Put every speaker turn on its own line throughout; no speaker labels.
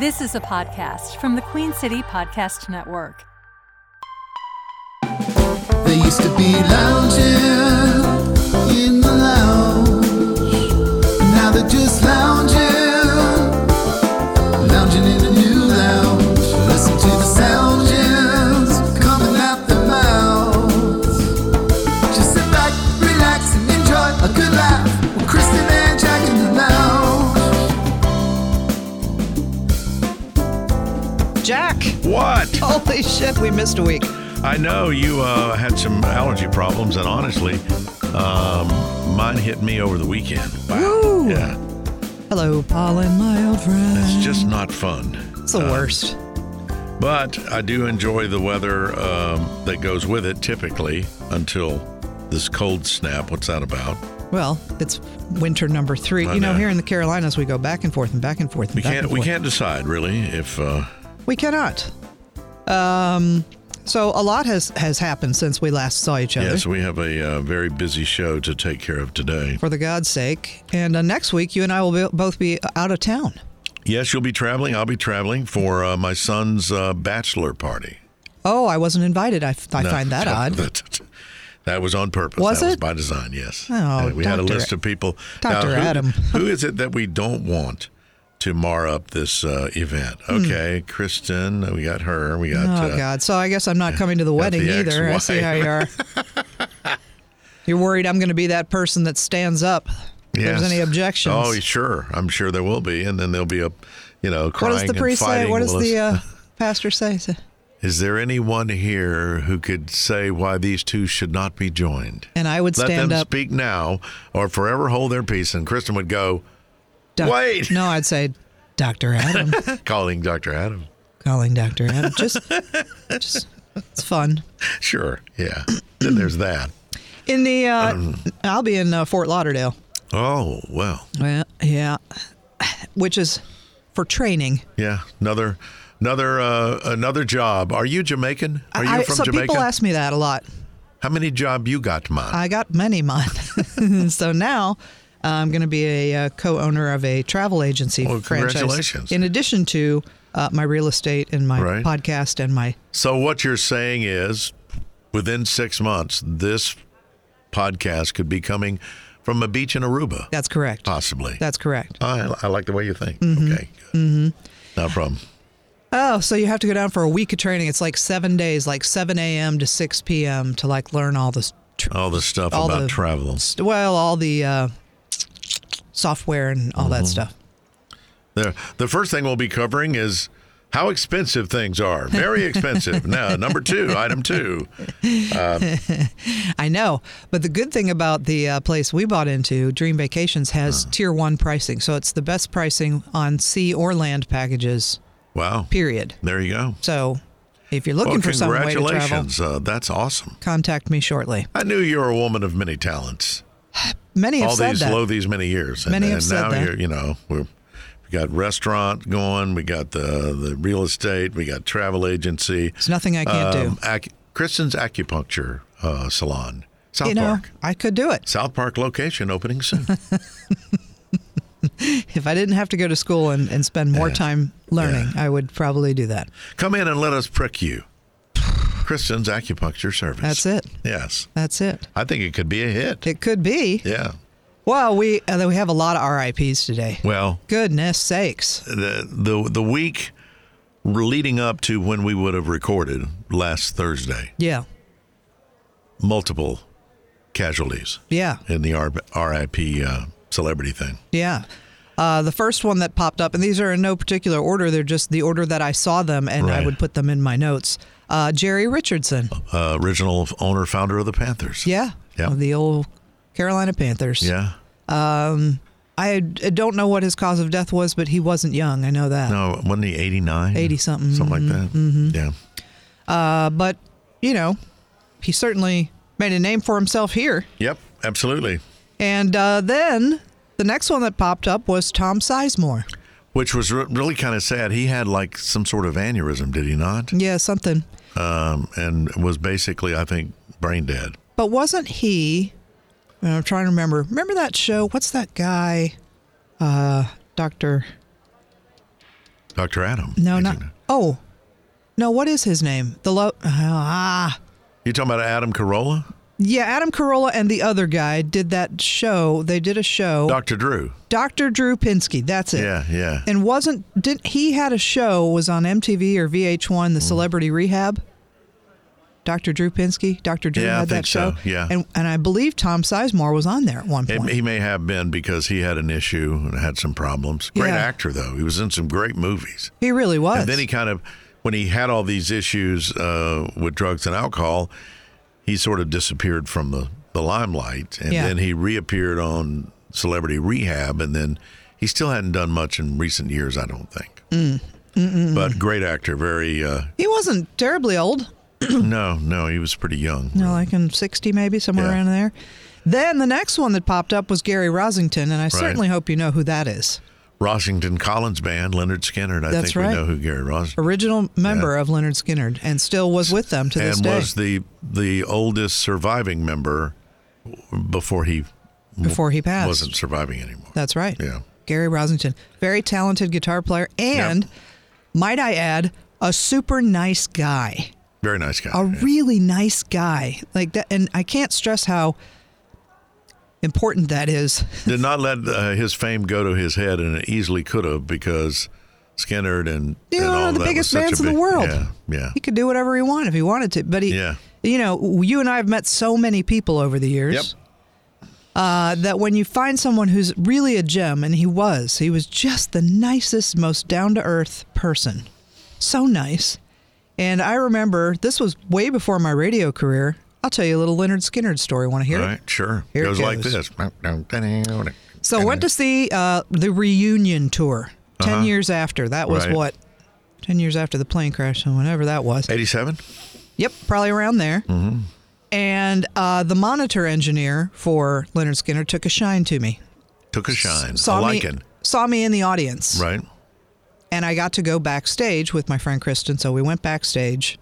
This is a podcast from the Queen City Podcast Network.
They used to be lounging in the lounge. Now they're just lounging, lounging in a new lounge. Listen to the sound just coming out their mouths. Just sit back, relax, and enjoy a good laugh with Kristen and Jack in the lounge.
Jack,
What?
holy shit, we missed a week.
I know you uh, had some allergy problems, and honestly, um, mine hit me over the weekend. Wow.
Woo.
Yeah,
Hello, pollen, my old friend.
it's just not fun.
It's the worst.
But I do enjoy the weather um, that goes with it, typically until this cold snap. What's that about?
Well, it's winter number three.
I
You know,
know.
here in the Carolinas, we go back and forth and back and forth and
We
back
can't.
and
We
forth.
can't decide really if. Uh,
We cannot. Um, so a lot has has happened since we last saw each other.
yes, we have a uh, very busy show to take care of today.
For the God's sake, and uh, next week you and I will be, both be out of town.
Yes, you'll be traveling. I'll be traveling for uh, my son's uh, bachelor party.
Oh, I wasn't invited. I, f- I
No,
find that odd.
That, that was on purpose.
Was
that was
it?
by design, yes.
Oh,
Yeah, we had a
Dr.
list of people.
Dr.
who-
Adam.
who is it that we don't want to mar up this uh, event? Okay, Kristen, we got her. We got.
Hmm. Oh
uh,
God! So I guess I'm not coming to the
got
wedding
the
either. I see how you are. You're worried I'm going to be that person that stands up. if
yes.
There's any objections?
Oh, sure. I'm sure there will be, and then there'll be a, you know,
what
crying
does the
and
priest say?
fighting.
What does
Well,
the
it's-
uh, pastor say? Say,
Is there anyone here who could say why these two should not be joined?
And I would
Let
stand
them
up.
speak now, or forever hold their peace. And Kristen would go,
"Doc-
Wait.
No, I'd say, Doctor Adam,
calling Dr. Adam.
calling Doctor Adam. Just, just, it's fun.
Sure. Yeah. then there's that.
In the, uh, I'll be in uh, Fort Lauderdale.
Oh, well.
Well, yeah, which is for training.
Yeah. Another another uh, another job. Are you Jamaican? Are you
I,
from
so
Jamaica?
people ask me that a lot.
How many job you got, man?
I got many mine. so now uh, I'm going to be a uh, co-owner of a travel agency
Well,
franchise.
Oh, congratulations.
In addition to uh, my real estate and my
Right.
podcast and my
so what you're saying is within 6 months this podcast could be coming from a beach in Aruba.
that's correct.
Possibly.
That's correct.
I, I like the way you think.
Mm-hmm.
Okay. Good. No problem.
Oh, so you have to go down for a week of training. It's like seven days, like 7 a.m. to 6 p.m. to like learn all this. Tr-
All the stuff
All
about
the-
travel.
well, all the uh, software and all
Mm-hmm.
that stuff.
The, the first thing we'll be covering is how expensive things are. Very expensive. now, number two, item two.
I know, but the good thing about the uh, place we bought into, Dream Vacations, has tier one pricing, so it's the best pricing on sea or land packages.
Wow.
Period.
There you go.
So, if you're looking
Well,
for some way to travel,
congratulations. Uh, that's awesome.
contact me shortly.
I knew you were a woman of many talents.
Many have
All
said
these,
that.
lo, these many years. And,
Many have
and
said
now
that.
you're, you know, we're, we got restaurant going, we got the, the real estate, we got travel agency. Um,
There's nothing I can't do.
Ac- Kristen's acupuncture uh, salon, South
you know,
Park.
I could do it
South Park location opening soon.
if I didn't have to go to school and, and spend more
Yeah.
time learning. I would probably do that.
Come in and let us prick you. Kristen's acupuncture service.
That's it.
Yes.
That's it.
I think it could be a hit.
It could be.
Yeah.
Well, we uh, we have a lot of RIPS today.
Well,
Goodness sakes.
the the the week leading up to when we would have recorded last Thursday,
Yeah.
multiple casualties
Yeah.
in the R- RIP uh, celebrity thing.
Yeah. Uh, the first one that popped up, and these are in no particular order, they're just the order that I saw them, and I
Right.
would put them in my notes. Uh, Jerry Richardson.
Uh, original owner founder of the Panthers.
Yeah.
Yeah.
Of the old Carolina Panthers.
Yeah.
I, I don't know what his cause of death was, but he wasn't young. I know that.
No, wasn't he 89?
80 something. Mm-hmm.
Something like that. Yeah.
Uh, but, you know, he certainly made a name for himself here.
Yep, absolutely.
And uh, then the next one that popped up was Tom Sizemore.
Which was re- really kind of sad. He had like some sort of aneurysm, did he not?
Yeah, something.
um, and was basically, I think, brain dead.
But wasn't he? and I'm trying to remember. Remember that show? What's that guy? Uh, Doctor.
Dr. Adam.
No,
I
not.
think.
Oh, no. What is his name? The lo- ah.
You talking about Adam Carolla?
Yeah, Adam Carolla and the other guy did that show. They did a show.
Dr. Drew.
Dr. Drew Pinsky. That's it.
Yeah, yeah.
And wasn't didn't he had a show was on MTV or VH1
Mm.
the Celebrity Rehab? Dr. Drew Pinsky, Dr. Drew
Yeah, I
had that
think
show.
so, yeah.
And and I believe Tom Sizemore was on there at one
It-
point.
he may have been because he had an issue and had some problems. Great
Yeah.
actor, though. He was in some great movies.
he really was.
And then he kind of, when he had all these issues uh, with drugs and alcohol, he sort of disappeared from the, the limelight. And
Yeah.
then he reappeared on Celebrity Rehab. And then he still hadn't done much in recent years, I don't think.
Mm.
But great actor, very, uh,
He wasn't terribly old.
no, no, he was pretty young.
No, like in 60 maybe, somewhere
Yeah.
around there. Then the next one that popped up was Gary Rosington, and I certainly hope you know who that is.
Rossington Collins Band, Leonard Skinner. and I
That's
think
right.
we know who Gary Ross
Original member of Leonard Skinner and still was with them to this
and
day
was the the oldest surviving member before he
before he passed.
wasn't surviving anymore.
That's right.
Yeah.
Gary Rosington, very talented guitar player, and might I add, a super nice guy.
Very nice guy.
A
Yeah.
really nice guy. Like that and I can't stress how important that is.
Did not let uh, his fame go to his head, and it easily could have because Skinner and,
You
and
know,
all
one
of
of the
that was
biggest
such a
bands in
big-
the world.
Yeah, yeah.
He could do whatever he wanted if he wanted to, but he
Yeah.
you know, you and I have met so many people over the years.
Yep.
uh, that when you find someone who's really a gem, and he was, he was just the nicest, most down to earth person. So nice. And I remember this was way before my radio career. I'll tell you a little Leonard Skinner story. Want to hear
All
it?
right, sure.
Here it
goes, like
goes.
this.
So I went to see uh, the reunion tour 10
Uh-huh.
years after. That was
Right.
what? 10 years after the plane crash, and whenever that was.
eighty-seven.
Yep, probably around there.
Mm-hmm.
And uh, the monitor engineer for Leonard Skinner took a shine to me.
Took a shine.
saw
a
me
lichen.
saw me in the audience,
Right.
and I got to go backstage with my friend Kristen. So we went backstage,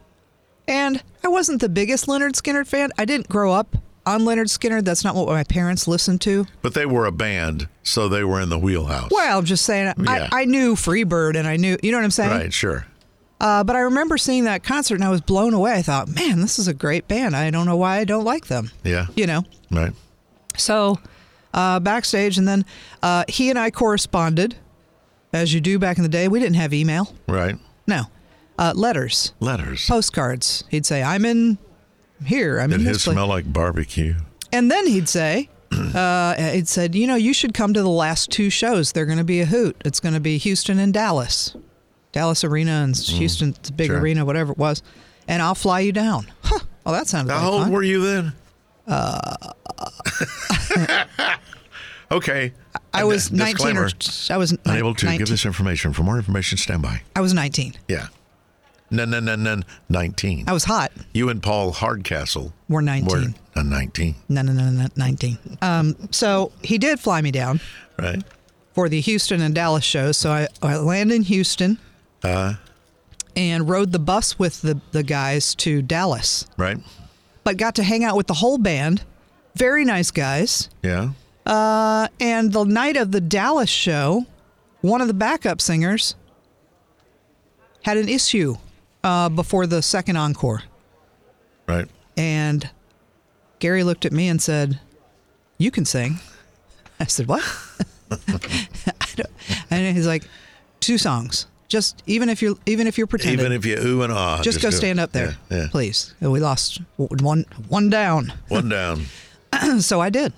and I wasn't the biggest Leonard Skinner fan. I didn't grow up on Leonard Skinner. That's not what my parents listened to.
But they were a band, so they were in the wheelhouse.
Well, eh. I'm just saying,
Yeah.
I, I knew Freebird, and I knew you know what I'm saying.
right, sure.
Uh, but I remember seeing that concert, and I was blown away. I thought, man, this is a great band. I don't know why I don't like them.
Yeah.
You know,
Right.
So uh, backstage, and then uh, he and I corresponded, as you do back in the day. We didn't have email.
Right.
No, uh, letters,
Letters.
postcards. He'd say, "I'm in here. I'm
Did
in
his
this place."
smell like barbecue?
and then he'd say, uh, "He'd said, you know, you should come to the last two shows. They're going to be a hoot. It's going to be Houston and Dallas, Dallas Arena and Houston, the big
Mm-hmm. sure.
arena, whatever it was, and I'll fly you down." Huh. Well, that sounded like
How old
fun.
were you then? Uh. okay.
I was 19
Disclaimer.
or I was
Unable to
19.
give this information. For more information, stand by.
I was 19.
Yeah. No, no, no, no. 19.
I was hot.
you and Paul Hardcastle
We're 19.
were uh, a 19,
No, no, no, no, no, 19. Um, so he did fly me down
right?
for the Houston and Dallas shows. So I, I landed in Houston
Uh,
and rode the bus with the, the guys to Dallas,
Right?
but got to hang out with the whole band. Very nice guys.
Yeah.
Uh, and the night of the Dallas show, one of the backup singers had an issue uh, before the second encore.
Right.
And Gary looked at me and said, You can sing. I said, What? I don't, and he's like, Two songs. Just even if you're even if you're pretending,
Even if you ooh and ah.
just, go
do it.
stand up there,
Yeah. yeah.
please. And we lost w- one one down,
One down.
so I did.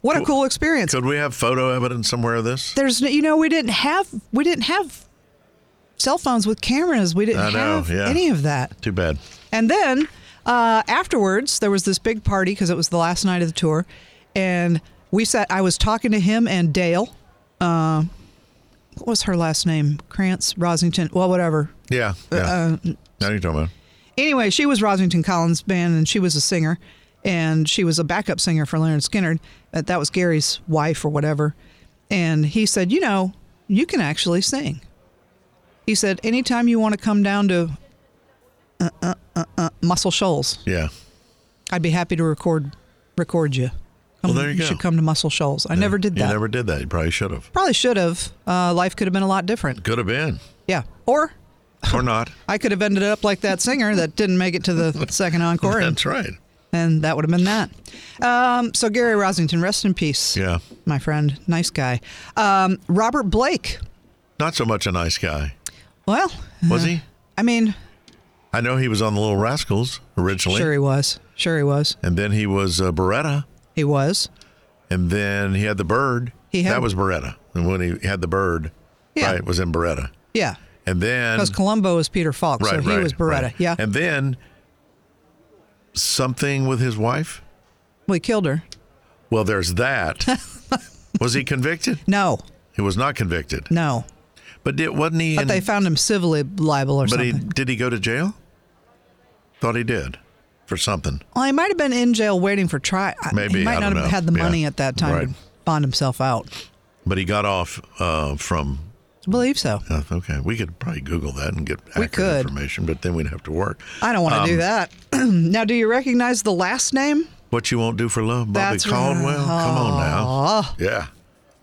What a cool experience!
Could we have photo evidence somewhere of this?
There's n- you know we didn't have we didn't have cell phones with cameras. We didn't
I know,
have
yeah.
any of that.
Too bad.
And then uh, afterwards, there was this big party because it was the last night of the tour, and we sat. I was talking to him and Dale. Uh, what was her last name? Krantz Rosington. Well, whatever.
Yeah.
Uh,
Yeah. now you're talking about.
Anyway, she was Rosington Collins band, and she was a singer, and she was a backup singer for Leonard Skinner. Uh, That was Gary's wife or whatever. And he said, "You know, you can actually sing." He said, "Anytime you want to come down to uh, uh, uh, uh, Muscle Shoals."
Yeah.
I'd be happy to record record you. Come,
there you go.
should come to Muscle Shoals. I never did
You
that.
never did that. You probably should have.
Probably should have. Uh, life could have been a lot different.
Could have been,
Yeah. Or
or not.
I could have ended up like that singer that didn't make it to the second encore, and,
That's right.
and that would have been that. Um, so Gary Rosington, rest in peace.
Yeah.
My friend, nice guy. Um, Robert Blake.
Not so much a nice guy,
Well,
was he?
I mean,
I know he was on the Little Rascals originally,
sure he was. Sure he was.
and then he was uh, Beretta,
He was.
and then he had the bird.
He had-
that was Beretta, and when he had the bird,
Yeah.
right, it was in Beretta,
Yeah.
and then
Because Columbo was Peter Falk, so
right,
he
right,
was Beretta.
right.
Yeah.
and then something with his wife.
well, he killed her.
Well, there's that. was he convicted?
No.
He was not convicted,
No.
but did, wasn't he?
But
in,
they found him civilly liable or
but
something.
he did he go to jail? Thought he did for something.
Well, he might have been in jail waiting for trial.
Maybe,
he might not
I don't
have
know.
had the
Yeah,
money at that time to
right.
bond himself out.
But he got off uh, from.
I believe so.
Uh, okay, we could probably Google that and get
We
accurate
could.
information, but then we'd have to work.
I don't want to do
Um,
that. now, do you recognize the last name?
What you won't do for love, Bobby
That's right.
Caldwell. Come on now, yeah,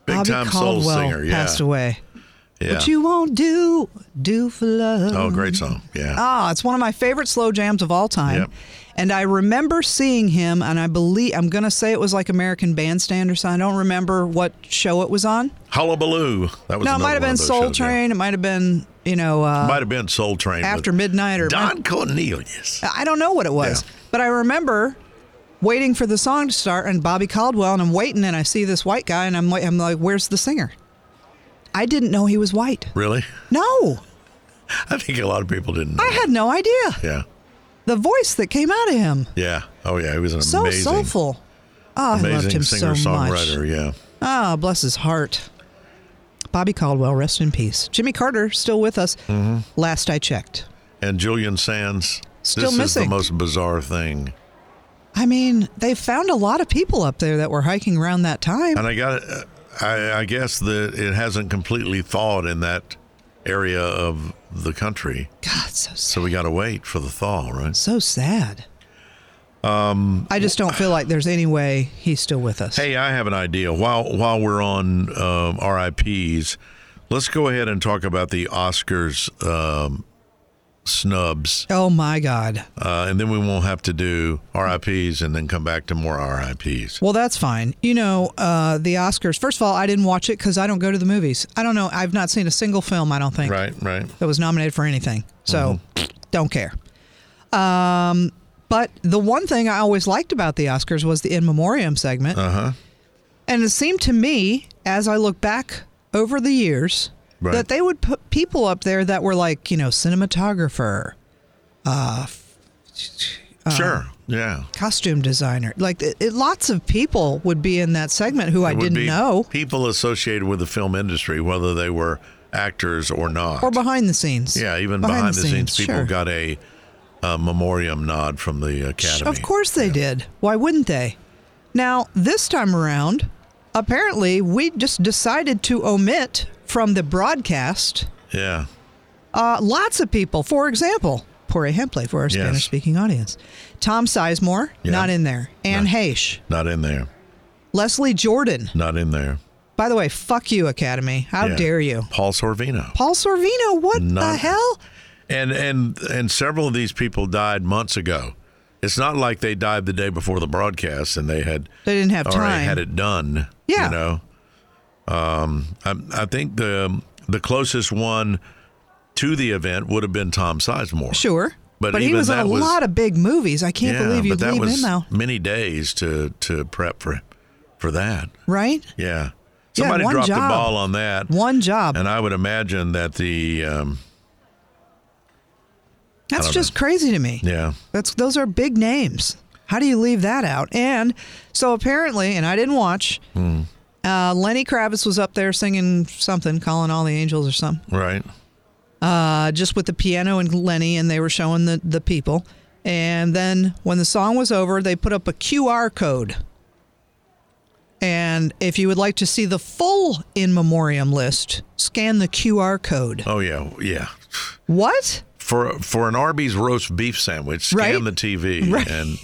big
Bobby
time
Caldwell
soul singer. Yeah,
passed away.
yeah.
What you won't do, do for love.
oh, great song. Yeah,
Ah, it's one of my favorite slow jams of all time.
Yep.
And I remember seeing him, and I believe I'm going to say it was like American Bandstand or something. I don't remember what show it was on.
Hullabaloo. That was
no, it
another
might have
one
been
of those
Soul
shows, yeah.
Train. It might have been you know uh,
Might have been Soul Train. with
After Uh, Midnight or
Don Cornelius.
I don't know what it was,
Yeah.
but I remember waiting for the song to start and Bobby Caldwell, and I'm waiting, and I see this white guy, and I'm, wait- I'm like, "Where's the singer?" I didn't know he was white.
Really?
No,
I think a lot of people didn't. Know
I
that.
had no idea.
Yeah,
The voice that came out of him
yeah. Oh yeah, he was an
so
amazing,
soulful. Oh, I loved
amazing
him so
singer
much.
songwriter. Yeah.
Ah, bless his heart. Bobby Caldwell, rest in peace. Jimmy Carter still with us.
Mm-hmm.
Last I checked.
and Julian Sands.
Still
this is
missing.
the most bizarre thing.
I mean, they found a lot of people up there that were hiking around that time.
And I got, uh, I, I guess that it hasn't completely thawed in that area of the country,
God, so sad.
so we got to wait for the thaw, right?
So sad. Um, I just don't feel like there's any way he's still with us.
Hey, I have an idea. While while we're on um, RIPS, let's go ahead and talk about the Oscars um, snubs,
Oh my God.
uh, and then we won't have to do RIPS and then come back to more RIPS.
Well, that's fine. You know, uh, the Oscars. First of all, I didn't watch it because I don't go to the movies. I don't know. I've not seen a single film. I don't think
Right, right.
that was nominated for anything. So,
Mm-hmm.
don't care. Um, but the one thing I always liked about the Oscars was the in memoriam segment,
Uh huh.
and it seemed to me, as I look back over the years,
Right.
that they would put people up there that were like, you know, cinematographer, uh-huh.
sure. Yeah.
costume designer. Like it, it- lots of people would be in that segment who I
would
didn't
be
know
People associated with the film industry, whether they were actors or not.
or behind the scenes.
yeah, even behind, the, scenes, people
sure.
got a, a memoriam nod from the
Sh-
Academy.
Of course they did. Why wouldn't they? Now, this time around, apparently we just decided to omit from the broadcast
Yeah.
uh, lots of people. For example, Jorge Hempley for our
Yes.
Spanish speaking audience, Tom Sizemore,
Yeah.
not in there, Anne Heche,
Not in there.
Leslie Jordan.
Not in there.
By the way, fuck you, Academy. How
Yeah.
dare you?
Paul Sorvino.
Paul Sorvino, what the
Not-
hell?
And and and several of these people died months ago. It's not like they died the day before the broadcast and they had
They didn't have
already
time.
had it done.
Yeah.
You know. Um I I think the the closest one to the event would have been Tom Sizemore.
Sure.
But
he
even
was in a
that was-
lot of big movies. I can't believe you
but that
leave
was
him out.
many days to to prep for for that.
Right?
Yeah,
Yeah,
somebody
one
dropped
job.
the ball on that,
One job.
and I would imagine that the um,
That's just crazy to me.
yeah
That's those are big names. How do you leave that out? And so apparently, and I didn't watch. Uh, Lenny Kravitz was up there singing something, calling all the angels or something.
right
uh, just with the piano and Lenny, and they were showing the, the people. And then when the song was over, they put up a QR code. And if you would like to see the full in memoriam list, scan the QR code.
oh yeah yeah
What?
for for an Arby's roast beef sandwich, scan
Right.
the TV
Right.
and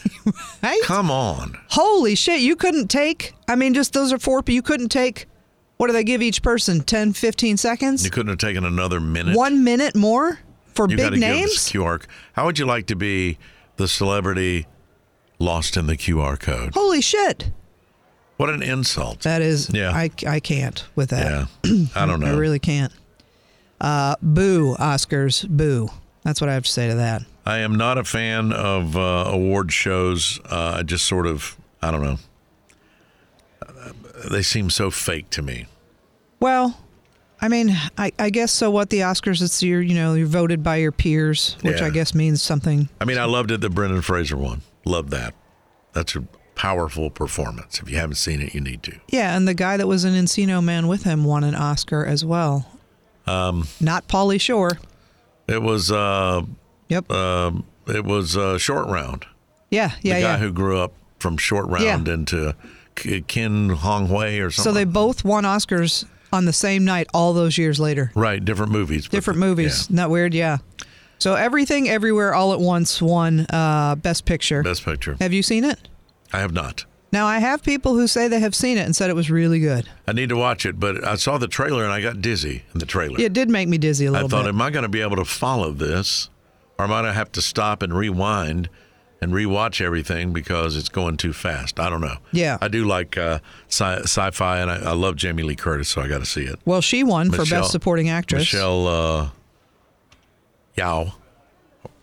right?
Come on.
Holy shit, you couldn't take, I mean, just those are four, but you couldn't take, what do they give each person? 10, 15 seconds?
You couldn't have taken another minute.
One minute more for
you
big
gotta give
names?
this QR. c- How would you like to be the celebrity lost in the QR code?
Holy shit.
What an insult.
That is,
Yeah.
I, I can't with that.
Yeah. I don't know.
I really can't. Uh, boo, Oscars, boo. That's what I have to say to that.
I am not a fan of uh, award shows. Uh, I just sort of, I don't know. Uh, They seem so fake to me.
Well, I mean, I, I guess so. What the Oscars? It's your, you know, you're voted by your peers, which
Yeah.
I guess means something.
I mean, I loved it that Brendan Fraser won. Loved that. That's a powerful performance. If you haven't seen it, you need to.
Yeah, and the guy that was an Encino man with him won an Oscar as well. Um, not Pauly Shore.
It was, uh,
Yep.
um it was uh, short round.
yeah, yeah,
the guy
yeah.
who grew up from short round into K- Ken Hong Wei or something.
so they both won Oscars on the same night all those years later.
right different movies. but-
Different movies. Not weird, yeah. So everything, everywhere, all at once won uh, Best Picture.
Yeah. Best Picture.
Have you seen it?
I have not.
Now I have people who say they have seen it and said it was really good.
I need to watch it, but I saw the trailer and I got dizzy in the trailer.
It did make me dizzy a
I
little
thought,
bit.
am I going to be able to follow this, or might I have to stop and rewind and rewatch everything because it's going too fast? I don't know.
Yeah.
I do like uh, sci- sci-fi, and I, I love Jamie Lee Curtis, so I got to see it.
well, she won for
Michelle-
Best Supporting Actress.
Michelle uh, Yao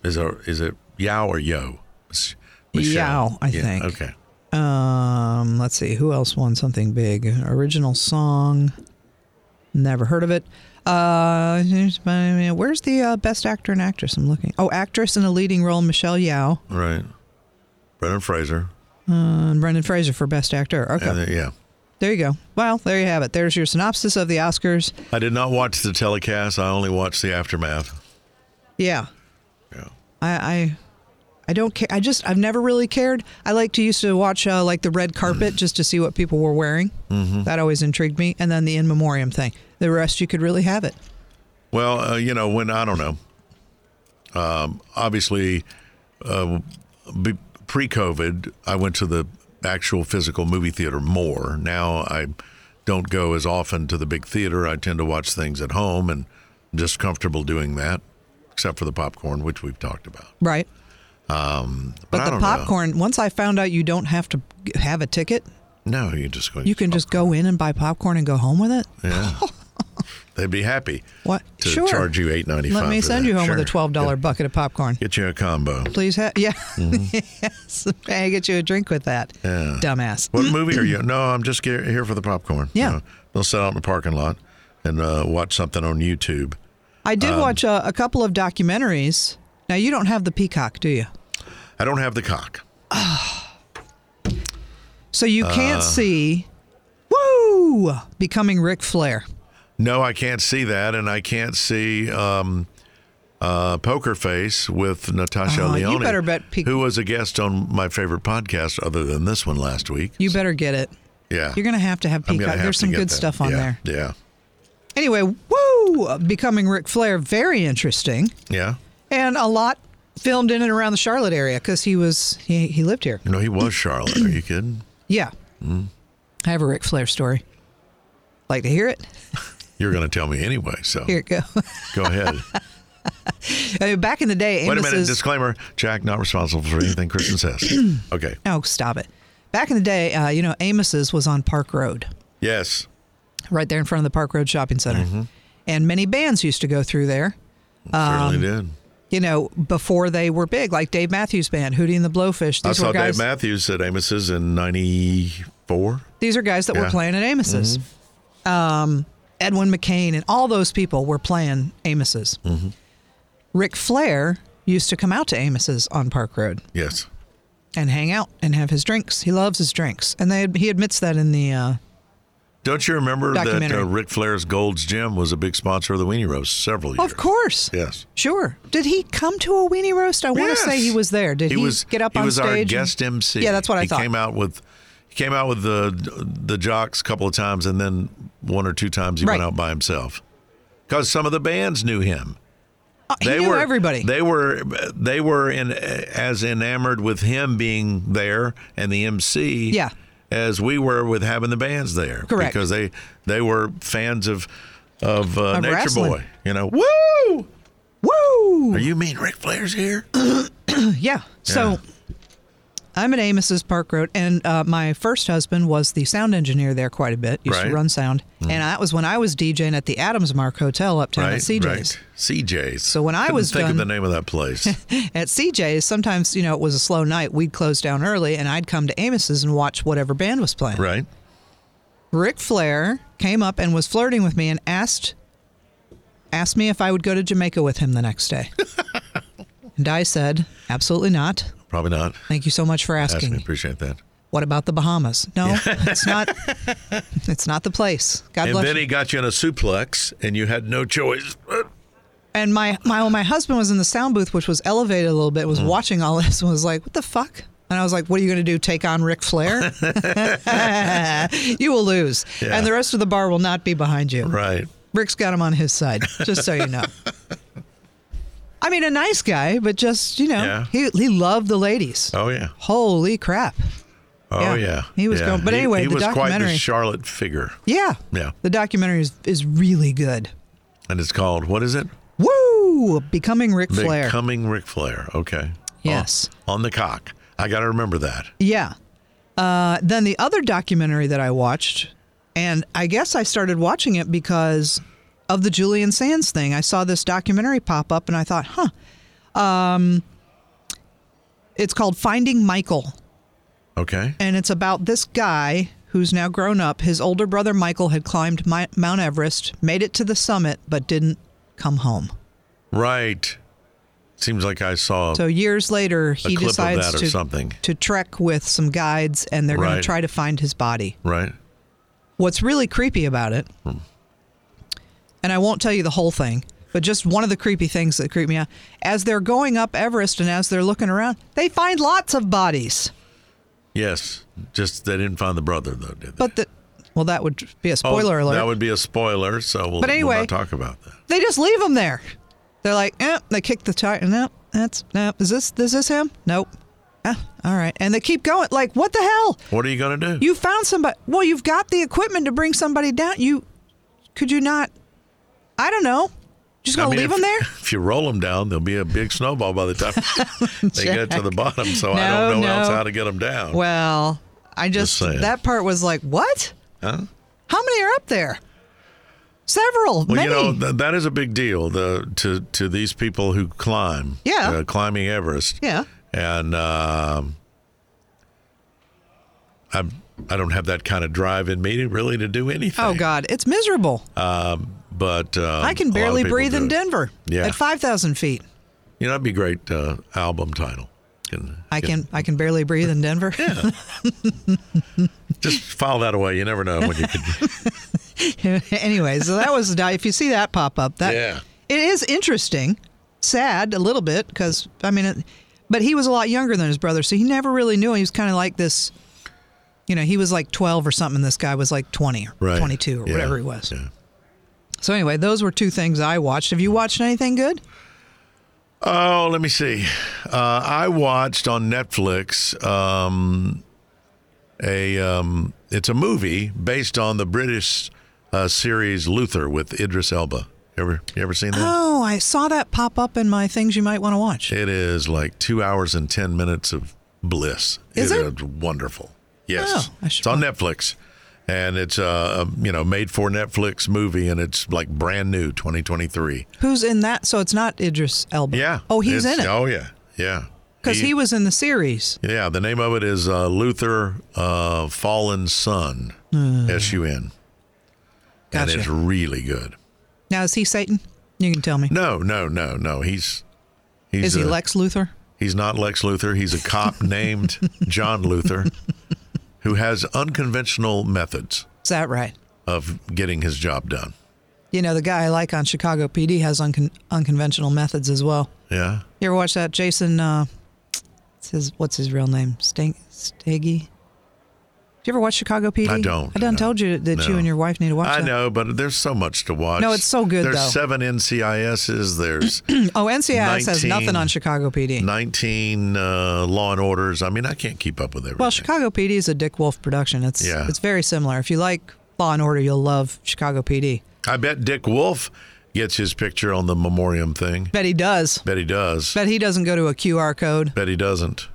is a is it Yao or Yo? It's Michelle.
Yao, I think.
Okay.
Um, let's see who else won something big. Original song, never heard of it. Uh, where's the uh, Best Actor and Actress? I'm looking. Oh, actress in a leading role, Michelle Yao
All right. Brendan Fraser.
and Brendan Fraser for Best Actor. Okay,
And then- yeah.
there you go. Well, there you have it. There's your synopsis of the Oscars.
I did not watch the telecast. I only watched the aftermath.
Yeah,
Yeah.
I, I I don't care. I just I've never really cared. I like to used to watch uh, like the red carpet just to see what people were wearing. Mm-hmm. That always intrigued me. And then the in memoriam thing. The rest you could really have it.
Well, uh, you know, when I don't know. Um, obviously, uh, be, pre-COVID, I went to the actual physical movie theater more. Now I don't go as often to the big theater. I tend to watch things at home and I'm just comfortable doing that, except for the popcorn, which we've talked about.
Right.
But,
But
I
the
don't
popcorn. Once I found out you don't have to g- have a ticket,
Know. No, you just go.
you can just go in and buy popcorn and go home with it.
Yeah. They'd be happy
What?
to
sure.
charge you eight ninety five.
Let me send you home with a twelve dollar bucket of popcorn.
Get you a combo.
Please have yeah. yes. May I get you a drink with that?
Mm-hmm. Yeah.
Dumbass.
What movie are you? No, I'm just ge- here for the popcorn.
Yeah.
You know, they'll sit out in the parking lot and uh, watch something on YouTube.
I did
um,
watch a, a couple of documentaries. Now you don't have the peacock, do you?
I don't have the cock.
So you
Uh.
can't see. Woo! Becoming Ric Flair.
No, I can't see that, and I can't see um, uh, Poker Face with Natasha
Oh, you
Leone.
better bet pe-
who was a guest on my favorite podcast, other than this one last week.
You better get it.
yeah,
You're gonna have to have
I'm
peacock.
gonna have
There's
to
some
get
good
that.
stuff on
Yeah,
there. Anyway, woo! Becoming Ric Flair. Very interesting,
Yeah, yeah.
and a lot filmed in and around the Charlotte area because he was he, he lived here.
No, he was Charlotte. Are you kidding?
Yeah.
Mm-hmm.
I have a Ric Flair story. Like to hear it?
You're going to tell me anyway. So
Here it go.
go ahead.
I mean, back in the day,
Wait a
Amos's,
minute. Disclaimer: Jack not responsible for anything Kristen says. Okay.
Oh, stop it. Back in the day, uh, you know, Amos's was on Park Road,
Yes.
right there in front of the Park Road Shopping Center.
Mm-hmm.
And many bands used to go through there,
Certainly
Um,
did.
you know, before they were big, like Dave Matthews Band, Hootie and the Blowfish. These
I
were
saw
guys,
Dave Matthews at Amos's in '94.
These are guys that were
Yeah. Mm-hmm.
playing at Amos's. Um, Edwin McCain and all those people were playing Amos's.
Mm-hmm.
Ric Flair used to come out to Amos's on Park Road
Yes.
and hang out and have his drinks. He loves his drinks, and they, he admits that in the uh,
Don't you remember that
Documentary.
uh, Ric Flair's Gold's Gym was a big sponsor of the Weenie Roast several years?
Of course.
Yes.
Sure. Did he come to a weenie roast? I want to
Yes.
say he was there. Did he,
was,
get up
he
on
was
stage?
our
and-
guest MC.
Yeah, that's what I
he
thought.
came out with. He came out with the the jocks a couple of times, and then one or two times he
Right.
went out by himself because some of the bands knew him.
Uh, he knew
were
everybody.
They were they were in as enamored with him being there and the MC.
Yeah.
As we were with having the bands there.
Correct.
Because they they were fans of of, uh, Nature
wrestling.
Boy. You know, woo!
Woo!
Are you mean Ric Flair's here?
Yeah. So I'm at Amos's Park Road, and uh, my first husband was the sound engineer there quite a bit. Used
Right. Mm.
to run sound, and that was when I was DJing at the Adams Mark Hotel uptown
right.
at CJ's.
Right. CJ's.
So when I
Couldn't
was
think
done-
of the name of that place.
At CJ's, sometimes you know it was a slow night. We'd close down early, and I'd come to Amos's and watch whatever band was playing.
right.
Ric Flair came up and was flirting with me and asked asked me if I would go to Jamaica with him the next day. and I said, absolutely not.
Probably not.
Thank you so much for
Ask
asking.
me. Appreciate that.
What about the Bahamas? No, it's not. It's not the place. God
and
bless.
then
you.
he got you in a suplex, and you had no choice.
and my my well, my husband was in the sound booth, which was elevated a little bit.
Mm.
Was watching all this and was like, "What the fuck?" And I was like, "What are you going to do? Take on Ric Flair? you will lose,
Yeah.
and the rest of the bar will not be behind you."
Right.
Rick's got him on his side, just so you know. I mean, a nice guy, but just you know,
Yeah.
he he loved the ladies.
Oh yeah.
Holy crap!
Oh
Yeah.
yeah.
He was
Yeah.
going- but
He-
anyway,
he,
the
was quite
documentary-
the Charlotte figure,
Yeah,
Yeah.
The documentary is is really good.
and it's called what is it?
Woo! Becoming Ric Flair.
Becoming Ric Flair. Okay.
Yes.
Oh, on the cock. I got to remember that.
yeah. Uh, then the other documentary that I watched, and I guess I started watching it because of the Julian Sands thing. I saw this documentary pop up, and I thought, huh. Um, it's called Finding Michael,
Okay.
and it's about this guy who's now grown up. His older brother Michael had climbed Mi- Mount Everest, made it to the summit, but didn't come home.
Right. Seems like I saw.
So years later,
a
he
clip of
decides
that or
to
something.
to trek with some guides, and they're going to
Right.
try to find his body.
right.
What's really creepy about it,
Hmm.
and I won't tell you the whole thing, but just one of the creepy things that creep me out: as they're going up Everest and as they're looking around, they find lots of bodies.
Yes. Just they didn't find the brother though, did they?
But the well, that would be a
Oh,
spoiler alert.
That would be a spoiler. So we'll,
But anyway-
we'll not talk about that.
they just leave him there. They're like, eh, they kick the tire. No, that's no. Is this is this him? Nope. Ah, all right, and they keep going. Like, what the hell?
What are you going to do?
You found somebody. Well, you've got the equipment to bring somebody down. You could you not? I don't know. Just
I
gonna
mean,
leave
if,
them there?
If you roll them down, there'll be a big snowball by the time they get to the bottom. So I
No,
don't know else
no.
how to get them down.
Well, I just,
Just saying.
that part was like, what?
Huh?
How many are up there? Several,
Well,
many.
you know th- that is a big deal the, to to these people who climb.
Yeah.
uh, climbing Everest.
Yeah.
and um, I I don't have that kind of drive in me to really to do anything.
oh God, it's miserable.
But um,
I
a lot
can
of
barely
people
breathe
do
in
it.
Denver
Yeah.
at five thousand feet.
You know, that'd be a great uh, album title. Can,
I can I can barely breathe in Denver.
just file that away. You never know when you could.
anyway, so that was the if you see that pop up, that
Yeah.
it is interesting, sad a little bit because I mean, it, but he was a lot younger than his brother, so he never really knew. He was kind of like this, you know, he was like twelve or something. This guy was like twenty or
Right.
twenty-two or
Yeah.
whatever he was.
Yeah.
So anyway, those were two things I watched. Have you watched anything good?
Oh, let me see. Uh, I watched on Netflix um, a um, it's a movie based on the British uh, series Luther with Idris Elba. Ever you ever seen that?
Oh, I saw that pop up in my things you might want to watch.
It is like two hours and ten minutes of bliss.
Is it?
wonderful? Yes,
Oh, I should
it's on Netflix, and it's uh you know made for Netflix movie, and it's like brand new, 2023.
Who's in that? So it's not Idris Elba.
Yeah.
Oh, he's
it's-
in it
Oh yeah, yeah.
because he was in the series.
Yeah, the name of it is uh, Luther uh, Fallen Sun, S U N. And
Hmm. Gotcha.
it's really good.
Now is he Satan? You can tell me.
No, no, no, no. He's he's
is he
a-
Lex Luthor?
he's not Lex Luthor. He's a cop named John Luthor who has unconventional methods
Is that right?
of getting his job done.
You know, the guy I like on Chicago PD has uncon- unconventional methods as well.
Yeah.
You ever watch that Jason? Uh, it's his, what's his real name? Sting- Steggy? you ever watch Chicago PD?
I don't,
I done
no.
told you that you
No.
and your wife need to watch
I
that.
know, but there's so much to watch.
No, it's so good,
There's
though.
seven NCISs. There's
Oh, NCIS has
19
nothing on Chicago PD.
19 uh, Law and Orders. I mean, I can't keep up with everything.
Well, Chicago PD is a Dick Wolf production. It's
Yeah.
it's very similar. If you like Law and Order, you'll love Chicago PD.
I bet Dick Wolf gets his picture on the memoriam thing.
Bet he does.
Bet he does.
Bet he doesn't go to a QR code.
Bet he doesn't.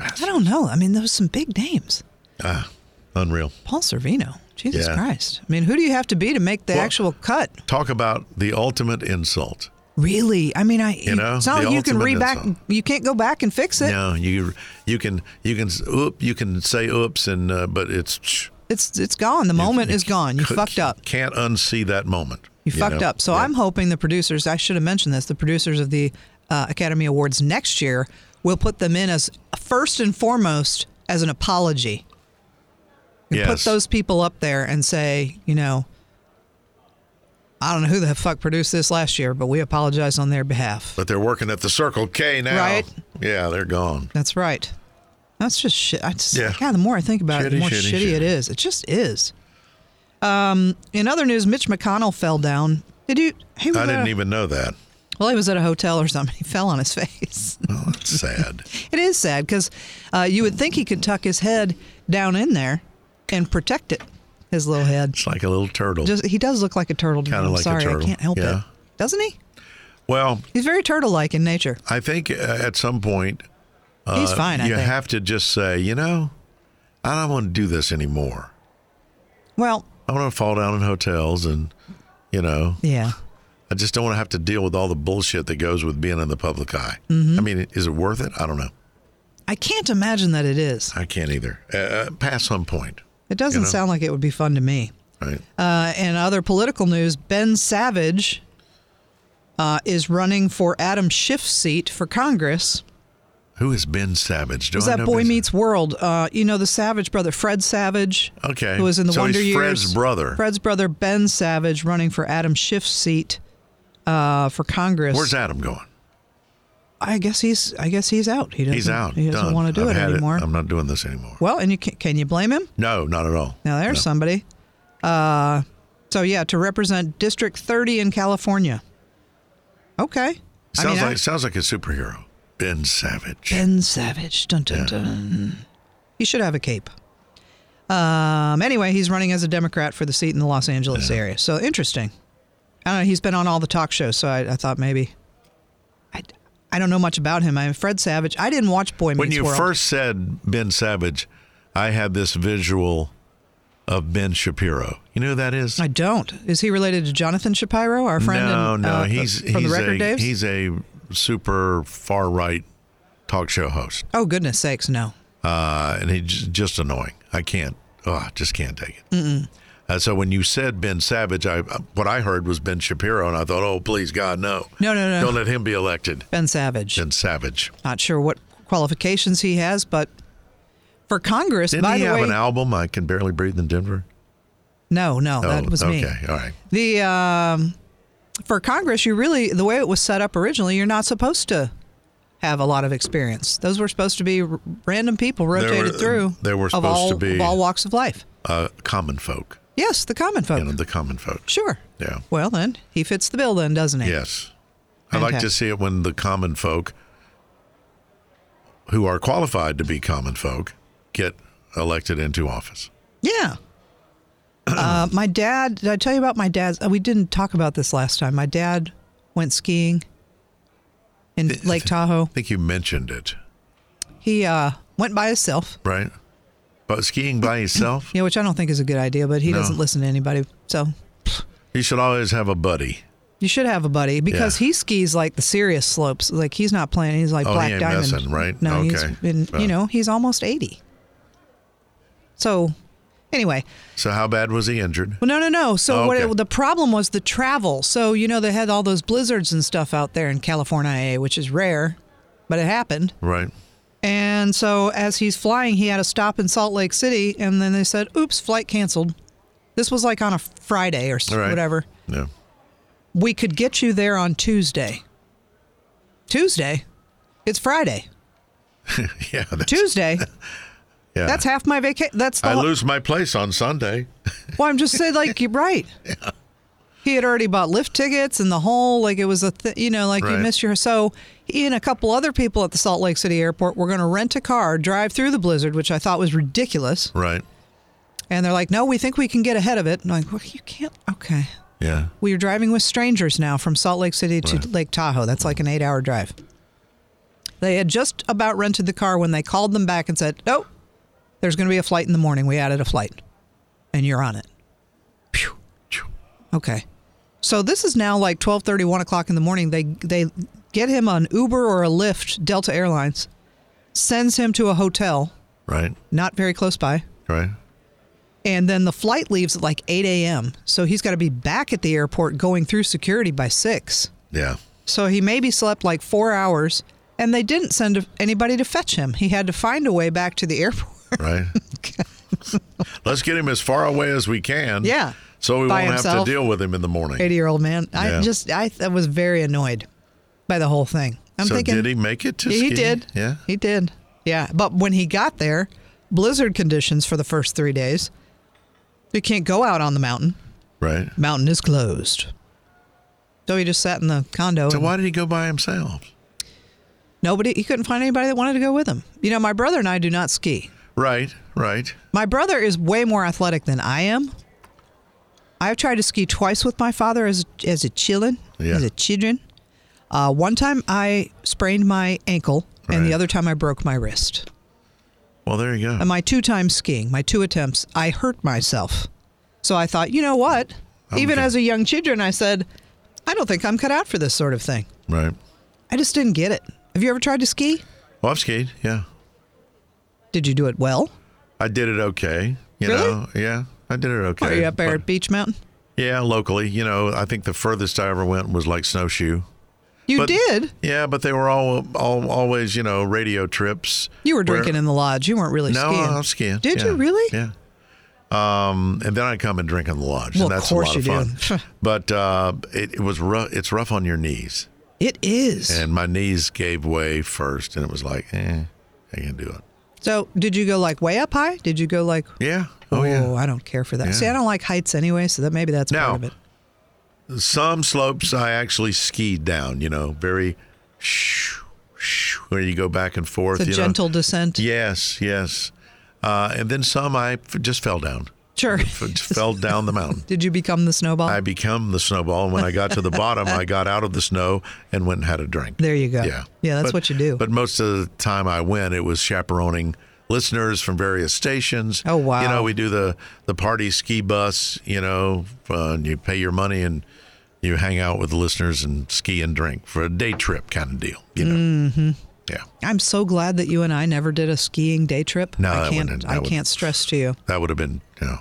I don't know. I mean, those some big names.
Ah, unreal.
Paul Servino. Jesus
Yeah.
Christ. I mean, who do you have to be to make the
Well-
actual cut?
Talk about the ultimate insult.
Really? I mean, I you
know,
it's not
the
like you can
ultimate
re back.
insult.
You can't go back and fix it.
No, you you can you can s- oop you can say oops and uh, but it's
It's it's gone. The moment is gone. You
c-
fucked up.
Can't unsee that moment.
You, fucked
know?
up. So I'm hoping the producers, I should have mentioned this, the producers of the uh, Academy Awards next year will put them in as first and foremost as an apology. You
yes.
Put those people up there and say, you know, I don't know who the fuck produced this last year, but we apologize on their behalf.
But they're working at the Circle K now.
Right.
Yeah, they're gone.
That's right. That's just shit. I just,
Yeah.
God, the more I think about it, the
Shitty,
more
shitty,
shitty, it
shitty.
is. It just is. Um, in other news, Mitch McConnell fell down. Did you? He was
I
at
didn't
a-
even know that.
Well, he was at a hotel or something. He fell on his face.
Oh, that's sad.
it is sad because uh, you would think he could tuck his head down in there and protect it, his little head.
It's like a little turtle.
Just he does look like a turtle. to me.
Kinda
I'm
like a
sorry, I
turtle,
can't help
yeah.
it. Doesn't he?
well,
He's very turtle-like in nature.
I think uh, at some point
He's
uh,
fine. I
you
think.
have to just say, you know, I don't want to do this anymore.
well,
I want to fall down in hotels and, you know,
yeah.
I just don't want to have to deal with all the bullshit that goes with being in the public eye.
Mm-hmm.
I mean, is it worth it? I don't know.
I can't imagine that it is.
I can't either. Uh, Uh, past some point,
It doesn't
know.
sound like it would be fun to me.
right?
Uh, and other political news, Ben Savage uh, is running for Adam Schiff's seat for Congress.
Who is Ben Savage? Do
was
I
that
know
Boy
Ben-
Meets World? Uh, you know the Savage brother, Fred Savage.
Okay.
Who was in the
So
Wonder
he's
Years?
Fred's brother.
Fred's brother Ben Savage running for Adam Schiff's seat uh, for Congress.
Where's Adam going?
I guess he's. I guess he's out. He doesn't.
He's out.
He doesn't
Done.
want to do
I've
it
had
anymore.
I'm not doing this anymore.
Well, and you can, can you blame him?
No, not at all.
Now there's
No.
somebody. Uh, so yeah, to represent District 30 in California. Okay.
Sounds
I mean, I-
like sounds like a superhero. Ben Savage.
Ben Savage. Dun, dun, dun. He should have a cape. Um, anyway, he's running as a Democrat for the seat in the Los Angeles area. So interesting. I don't know. He's been on all the talk shows, so I, I thought maybe. I, I don't know much about him. I'm Fred Savage. I didn't watch Boy Meets
when you
World.
first said Ben Savage, I had this visual of Ben Shapiro. You know who that is?
I don't. Is he related to Jonathan Shapiro, our friend?
no,
in,
no,
uh,
he's
from
he's
the Record
a
Daves.
he's a super far right talk show host,
oh goodness sakes, no.
uh, and he's j- just annoying. I can't, oh, I just can't take it. Uh, so when you said Ben Savage, I uh, what I heard was Ben Shapiro, and I thought, oh, please God, no,
No, no, no.
don't let him be elected.
Ben Savage.
Ben Savage.
Not sure what qualifications he has, but for Congress,
Didn't
by
he
the
have
way,
an album? I can barely breathe in Denver.
no, no, that
oh,
was me.
Okay, all right.
the um, for Congress, you really the way it was set up originally, you're not supposed to have a lot of experience. Those were supposed to be r- random people rotated
were-
through.
there were
of
supposed
all,
to be-
of all walks of life.
Uh, common folk.
Yes, the common folk.
You know, the common folk.
sure.
Yeah.
Well, then he fits the bill, then doesn't he?
Yes. I like to
Fantastic.
see it when the common folk who are qualified to be common folk get elected into office.
Yeah. uh, my dad, did I tell you about my dad's? uh, We didn't talk about this last time. My dad went skiing in Lake Tahoe.
I think you mentioned it,
He uh, went by himself,
right? But skiing by yourself,
yeah, which I don't think is a good idea, but he
No.
doesn't listen to anybody. So
you should always have a buddy.
you should have a buddy because
Yeah.
he skis like the serious slopes. Like he's not playing. He's like
Oh, he
Black
ain't
Diamond.
messing, right?
No, he's
Okay. Oh.
been,
Yeah.
you know, he's almost 80. So anyway,
So how bad was he injured?
Well, no, no, no. So
Oh,
what
okay.
it, the problem was the travel. So you know they had all those blizzards and stuff out there in California, which is rare, but it happened.
Right.
And so as he's flying, he had a stop in Salt Lake City, and then they said, "Oops, flight canceled." This was like on a Friday or s-
All right.
whatever.
No.
We could get you there on Tuesday. Tuesday, it's Friday.
yeah. That's,
Tuesday,
Yeah.
That's half my vacation. That's the
I
whole-
lose my place on Sunday.
Well, I'm just saying, like you're right. He had already bought lift tickets and the whole like it was a th- you know like you
Right.
missed your so he and a couple other people at the Salt Lake City airport were going to rent a car drive through the blizzard which I thought was ridiculous
Right.
and they're like no we think we can get ahead of it and I'm like well, you can't okay
Yeah.
we are driving with strangers now from Salt Lake City to
Right.
Lake Tahoe that's like an eight hour drive they had just about rented the car when they called them back and said nope there's going to be a flight in the morning we added a flight and you're on it Okay. So this is now like 12:30, 1 o'clock in the morning. They they get him an Uber or a Lyft, Delta Airlines, sends him to a hotel
Right.
not very close by,
Right.
and then the flight leaves at like 8 a.m. So he's got to be back at the airport going through security by six.
Yeah.
So he maybe slept like four hours, and they didn't send anybody to fetch him. He had to find a way back to the airport.
Right. Let's get him as far away as we can.
Yeah.
So we
By
won't have
himself.
to deal with him in the morning.
80 year old man.
Yeah.
I just I, I was very annoyed by the whole thing. I'm
so
thinking
did he make it to
Yeah,
ski?
he did.
Yeah.
he did. Yeah, but when he got there, blizzard conditions for the first three days. You can't go out on the mountain.
Right.
Mountain is closed. So he just sat in the condo.
So
and
why did he go by himself?
Nobody. He couldn't find anybody that wanted to go with him. You know, my brother and I do not ski.
Right. Right.
My brother is way more athletic than I am. I've tried to ski twice with my father as as a children.
Yeah.
As a children. Uh, one time I sprained my ankle, and
Right.
the other time I broke my wrist.
Well, there you go.
And my two times skiing, my two attempts, I hurt myself. So I thought, you know what? Even
Okay.
as a young children, I said, I don't think I'm cut out for this sort of thing.
right.
I just didn't get it. Have you ever tried to ski?
Well, I've skied. Yeah.
Did you do it well?
I did it okay. You
Really?
know. Yeah. I did it okay.
Were you up there
But-
at Beach Mountain?
Yeah, locally. You know, I think the furthest I ever went was like snowshoe.
You
But-
did.
Yeah, but they were all, all always, you know, radio trips.
You were
where-
drinking in the lodge. You weren't really
No,
skiing.
I was skiing.
Did
yeah,
you really?
Yeah. Um, and then I come and drink in the lodge,
Well,
and
of
that's
course
a lot
you
of
do.
fun. but uh, it, it was rough. It's rough on your knees,
It is.
and my knees gave way first, and it was like, eh, I can do it.
so, did you go like way up high? Did you go like?
Yeah. Oh, yeah.
I don't care for that.
Yeah.
See, I don't like heights anyway, so that maybe that's
Now-
part of it.
Some slopes I actually skied down. You know, very, shoo, shoo, where you go back and forth.
It's a
you know.
gentle descent.
Yes, yes. Uh, and then some I f- just fell down,
Sure.
F- just fell down the mountain.
did you become the snowball?
I become the snowball. And when I got to the bottom, I got out of the snow and went and had a drink.
There you go.
Yeah.
Yeah, that's
But-
what you do.
But most of the time I went, it was chaperoning listeners from various stations.
Oh, wow.
You know, we do the, the party ski bus, you know, uh, and you pay your money and you hang out with the listeners and ski and drink for a day trip kind of deal, you know. Mm-hmm. Yeah.
I'm so glad that you and I never did a skiing day trip.
No,
I
that
can't.
wouldn't- that
I
would-
can't stress to you.
That would have been, you know,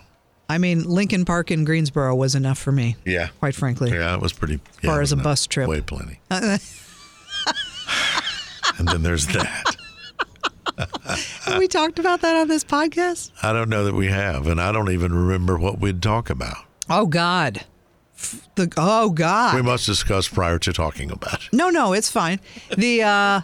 I mean, Lincoln Park in Greensboro was enough for me.
Yeah.
Quite frankly.
Yeah, it was pretty. As
far as a bus trip.
Way plenty. and then there's that.
Have we talked about that on this podcast?
I don't know that we have, and I don't even remember what we'd talk about.
Oh God. F- The oh God.
We must discuss prior to talking about it.
No, no, it's fine. The uh,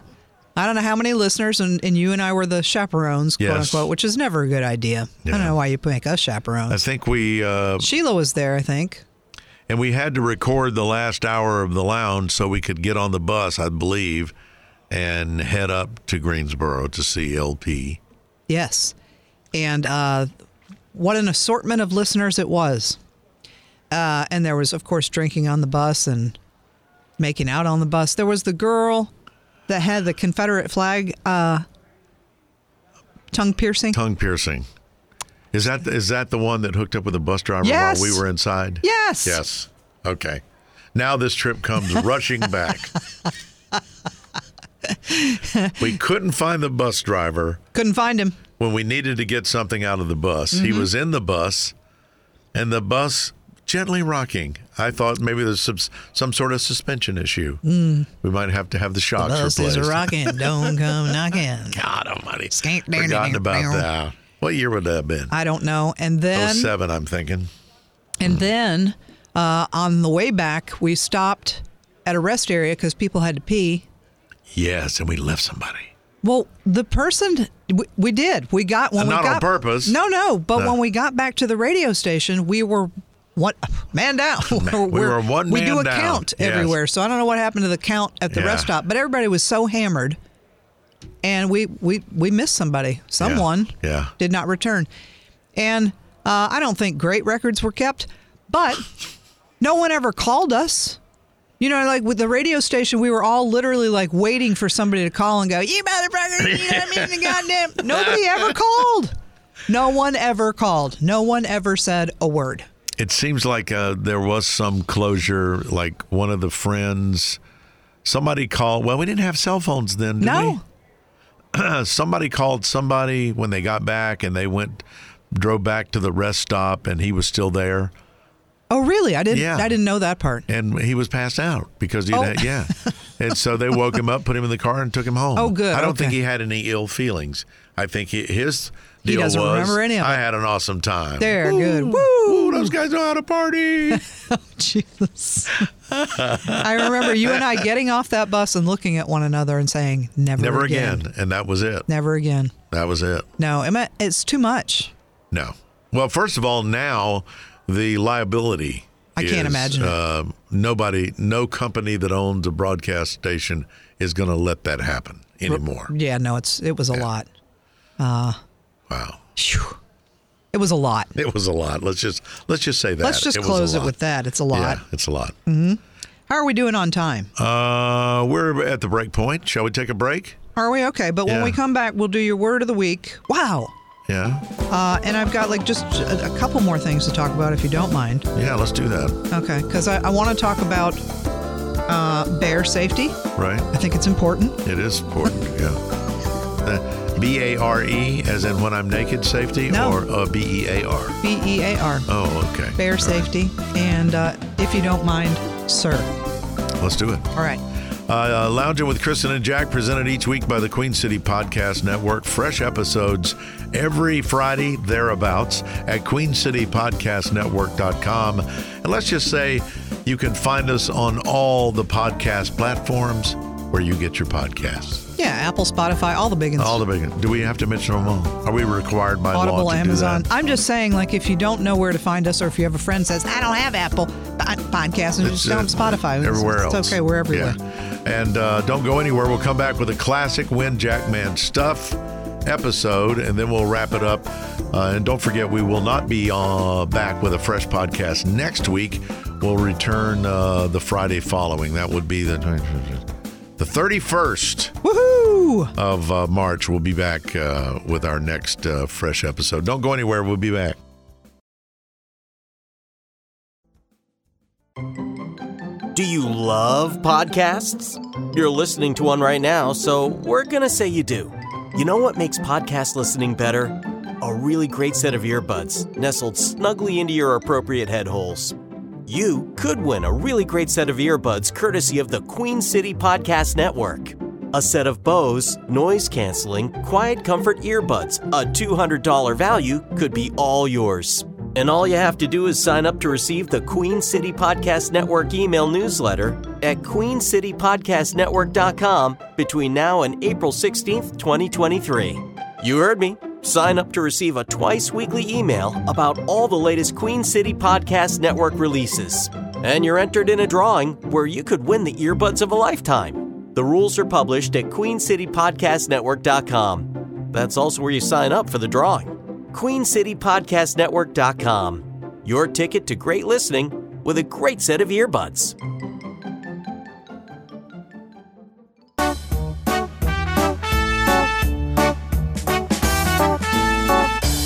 I don't know how many listeners, and, and you and I were the chaperones, quote
Yes.
unquote, which is never a good idea. I don't
Yeah.
know why you make us
I
chaperones.
think we uh,
Sheila was there, I think.
and we had to record the last hour of the lounge so we could get on the bus, I believe, and head up to Greensboro to see LP.
Yes. And uh, what an assortment of listeners it was. Uh, and there was, of course, drinking on the bus and making out on the bus. There was the girl that had the Confederate flag uh, tongue piercing.
Tongue piercing. Is that is that the one that hooked up with the bus driver
Yes.
while we were inside?
Yes.
Yes. Okay. Now this trip comes rushing back. we couldn't find the bus driver
Couldn't find him.
when we needed to get something out of the bus. He
Mm-hmm.
was in the bus, and the bus gently rocking. I thought maybe there's some, some sort of suspension issue.
Mm.
We might have to have the shocks
Bus
replaced.
is rocking. Don't come knocking.
God Almighty,
Skank, dang,
forgotten
dang,
about
dang. Uh,
that. What year would that have been?
I don't know.
Oh,
And then,
07, I'm thinking.
and then uh, on the way back, we stopped at a rest area because people had to pee.
Yes, and we left somebody.
Well, the person we, we did, we got when
Uh,
we
not on
got
purpose.
No, no, but
No.
when we got back to the radio station, we were one man down. We're-
We were one
we do
man
a
down.
count
Yes.
everywhere, so I don't know what happened to the count at the
Yeah.
rest stop, but everybody was so hammered, and we we we missed somebody. Someone
Yeah.
did not return, and uh, I don't think great records were kept, but no one ever called us. You know, like with the radio station, we were all literally like waiting for somebody to call and go, "You motherfucker!" You know what I mean? Goddamn! Nobody ever called. No one ever called. No one ever said a word.
It seems like uh, there was some closure. Like one of the friends, somebody called. Well, we didn't have cell phones then. Did
No.
We? Uh, somebody called somebody when they got back, and they went, drove back to the rest stop, and he was still there,
Oh, really? I didn't.
Yeah.
I didn't know that part.
and he was passed out because he,
Oh.
had yeah. and so they woke him up, put him in the car, and took him home.
Oh, good.
I don't think
Okay.
he had any ill feelings. I think he, his deal
doesn't
was
remember any of
I
it."
had an awesome time.
There, good.
Woo! Those guys know how to party.
Jesus. I remember you and I getting off that bus and looking at one another and saying, "Never,
Never again. And that was it.
Never again."
That was it.
No, Emma, it's too much.
No. Well, first of all, now the liability.
I can't
is,
imagine it.
uh, nobody, no company that owns a broadcast station is going to let that happen anymore.
Yeah, no, it's it was a lot.
Wow,
Phew. It was a lot.
it was a lot. Let's just let's just say that.
Let's just
was a
close it
lot.
with that. It's a lot. Mm-hmm.
Yeah, it's a lot.
How are we doing on time?
Uh, we're at the break point. Shall we take a break?
Are we okay? But when
Yeah.
we come back, we'll do your word of the week. Wow.
Yeah,
Uh, and I've got like just a, a couple more things to talk about if you don't mind.
yeah. Let's do that.
Okay. Because I, I want to talk about uh, bear safety.
Right.
I think it's important.
It is important. yeah. Uh, B A R E, as in when I'm naked, safety,
No.
or uh, B E A R.
B E A R,
Oh, okay.
bear
All right.
safety. And uh, if you don't mind, sir.
Let's do it.
All right.
Uh, uh, Lounging with Kristen and Jack, presented each week by the Queen City Podcast Network. Fresh episodes every Friday thereabouts at queencitypodcastnetwork.com. And let's just say you can find us on all the podcast platforms where you get your podcasts.
Yeah, Apple, Spotify, all the big ones.
All the big. Do we have to mention them all? Are we required by law
Audible,
to
Amazon.
do that?
I'm just saying, like, if you don't know where to find us, or if you have a friend says, "I don't have Apple po- podcast," and
It's,
just go on
uh,
Spotify. It's-
Everywhere
it's,
else.
okay. We're everywhere.
Yeah. And uh, don't go anywhere. We'll come back with a classic Win Jackman Stuff episode, and then we'll wrap it up. Uh, and don't forget, we will not be uh, back with a fresh podcast next week. We'll return uh, the Friday following. That would be the the 31st
Woohoo!
of uh, March. We'll be back uh, with our next uh, fresh episode. Don't go anywhere. We'll be back.
Do you love podcasts? You're listening to one right now, so we're going to say you do. You know what makes podcast listening better? A really great set of earbuds nestled snugly into your appropriate head holes. You could win a really great set of earbuds courtesy of the Queen City Podcast Network. A set of Bose noise canceling quiet comfort earbuds, a $200 value, could be all yours. And all you have to do is sign up to receive the Queen City Podcast Network email newsletter at queencitypodcastnetwork.com between now and April 16th, 2023. You heard me. Sign up to receive a twice weekly email about all the latest Queen City Podcast Network releases. And you're entered in a drawing where you could win the earbuds of a lifetime. The rules are published at queencitypodcastnetwork.com. That's also where you sign up for the drawing queencitypodcastnetwork.com. Your ticket to great listening with a great set of earbuds.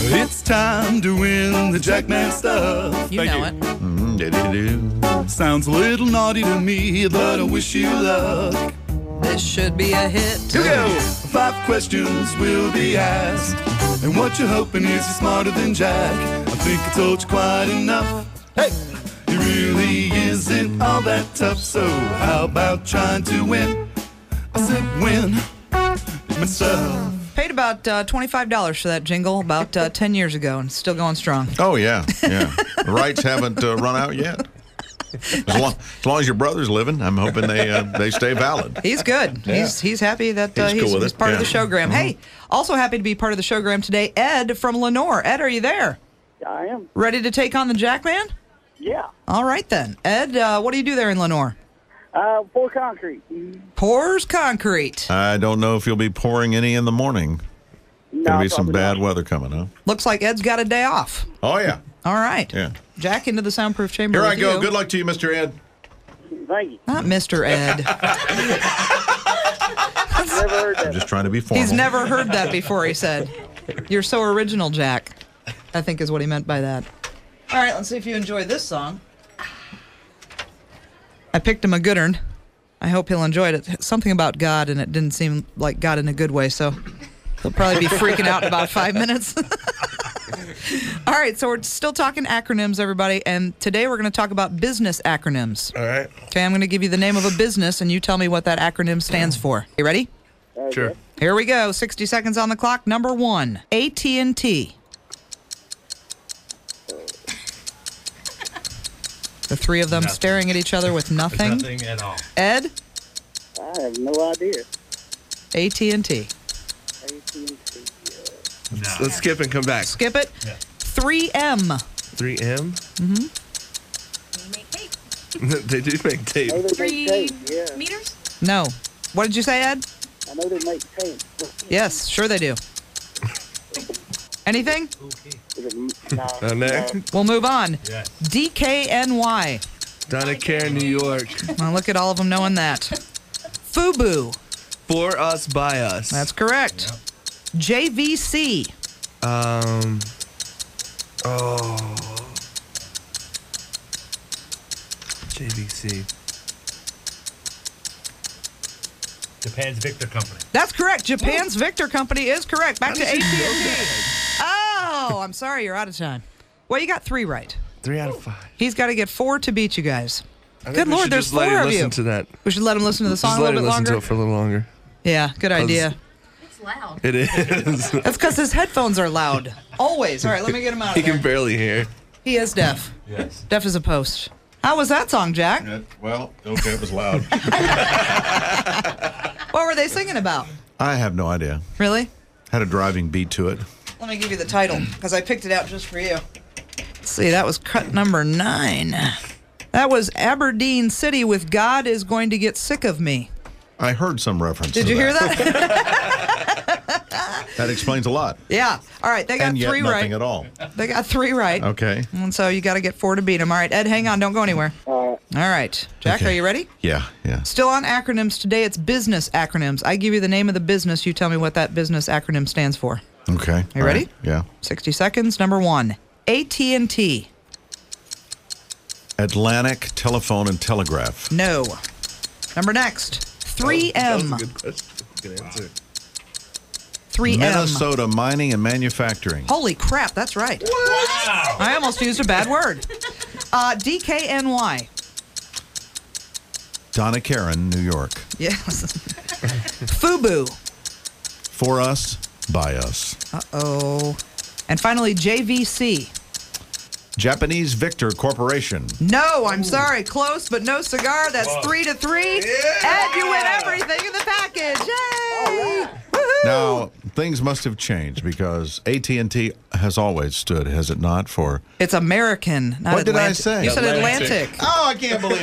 It's time to win the Jackman stuff.
You know it.
it. Sounds a little naughty to me, but I wish you luck.
This should be a hit.
Here we go. Five questions will be asked, and what you're hoping is you're smarter than Jack. I think I told you quite enough. Hey, it really isn't all that tough. So how about trying to win? I said win myself.
Paid about uh, twenty-five dollars for that jingle about uh, ten years ago, and it's still going strong.
Oh yeah, yeah. The rights haven't uh, run out yet.
As long, as long as your brother's living, I'm hoping they uh, they stay valid.
He's good. He's he's happy that uh,
He's
he's,
cool with
he's
it.
part of the
Yeah. Mm-hmm.
show, Graham. Hey, also happy to be part of the show, Graham, today. Ed from Lenore. Ed, are you there?
I am.
Ready to take on the Jackman?
Yeah.
All right then, Ed. Uh, what do you do there in Lenore?
Uh, pour concrete.
Pours concrete.
I don't know if you'll be pouring any in the morning. Gonna
No,
be some
probably
bad
not.
weather coming, huh?
Looks like Ed's got a day off.
Oh yeah,
All right.
yeah.
Jack into the soundproof chamber.
Here I
with
go.
you.
Good luck to you, Mr. Ed.
Thank you.
Not Mr. Ed.
Never heard
I'm
that.
just trying to be formal.
He's never heard that before, he said. You're so original, Jack. I think is what he meant by that. All right, let's see if you enjoy this song. I picked him a good one. I hope he'll enjoy it. It's something about God, and it didn't seem like God in a good way, so he'll probably be freaking out in about five minutes. All right, so we're still talking acronyms, everybody, and today we're going to talk about business acronyms.
All right.
Okay, I'm going to give you the name of a business, and you tell me what that acronym stands for. You ready?
Sure.
Here we go. 60 seconds on the clock. Number one, AT&T. The three of them staring at each other with nothing.
Nothing at all.
Ed,
I have no idea.
AT&T.
AT&T.
No.
Let's skip and come back.
Skip it.
Yeah.
3M.
3M. Mm-hmm. they do make tape.
I know they
Three
make tape. Yeah.
meters?
No. What did you say, Ed?
I know they make tape.
Yes, sure they do. Anything?
Is it- no,
Uh, next,
We'll move on.
Yeah.
DKNY.
Donna Care, New York.
Well, look at all of them knowing that. FUBU.
For us, by us.
That's correct. JVC.
um. Oh. JVC.
Japan's Victor Company.
That's correct. Japan's Victor Company is correct. Back to AT&T. Oh, I'm sorry, you're out of time. Well, you got three right.
Three out of five.
He's got to get four to beat you guys.
I think
Good
we
Lord,
should
there's
just let
four
him
of
listen
you.
to that.
We should let him listen to the song
Just
a
let him
little bit
listen to
longer.
it for a little longer.
Yeah, good idea.
It's loud.
It is.
That's because his headphones are loud. Always. All right, let me get him out
he
of there.
can barely hear.
He is deaf.
Yes.
Deaf as a post. How was that song, Jack?
Well, okay, it was loud.
What were they singing about?
I have no idea.
Really?
Had a driving beat to it.
Let me give you the title because I picked it out just for you. Let's see, that was cut number nine. That was Aberdeen City with God is going to get sick of me.
I heard some reference.
Did
to
you hear that?
That explains a lot.
yeah. All right, they got
and yet
three
nothing
right.
at all.
They got three right.
Okay.
And so you got to get four to beat them. All right, Ed, hang on. Don't go anywhere. All right. All right. Jack,
Okay.
are you ready?
Yeah, yeah.
Still on acronyms today. It's business acronyms. I give you the name of the business. You tell me what that business acronym stands for.
Okay.
You ready?
Yeah.
60 seconds. Number one, AT&T.
Atlantic Telephone and Telegraph.
No. Number next, 3M.
Oh,
That was a good question. Good answer.
3M.
Minnesota Mining and Manufacturing.
Holy crap, that's right.
Wow.
I almost used a bad word. Uh, DKNY.
Donna Karen, New York.
Yes. FUBU.
For us, by us.
Uh oh. And finally, JVC.
Japanese Victor Corporation.
No, I'm sorry. Close, but no cigar. That's three to three. And you win everything in the package. Yay! Woohoo!
Now, things must have changed because AT&T has always stood, has it not, for
It's American, not
What did I
Atlantic.
say?
You said
Atlantic.
Atlantic.
Oh, I can't believe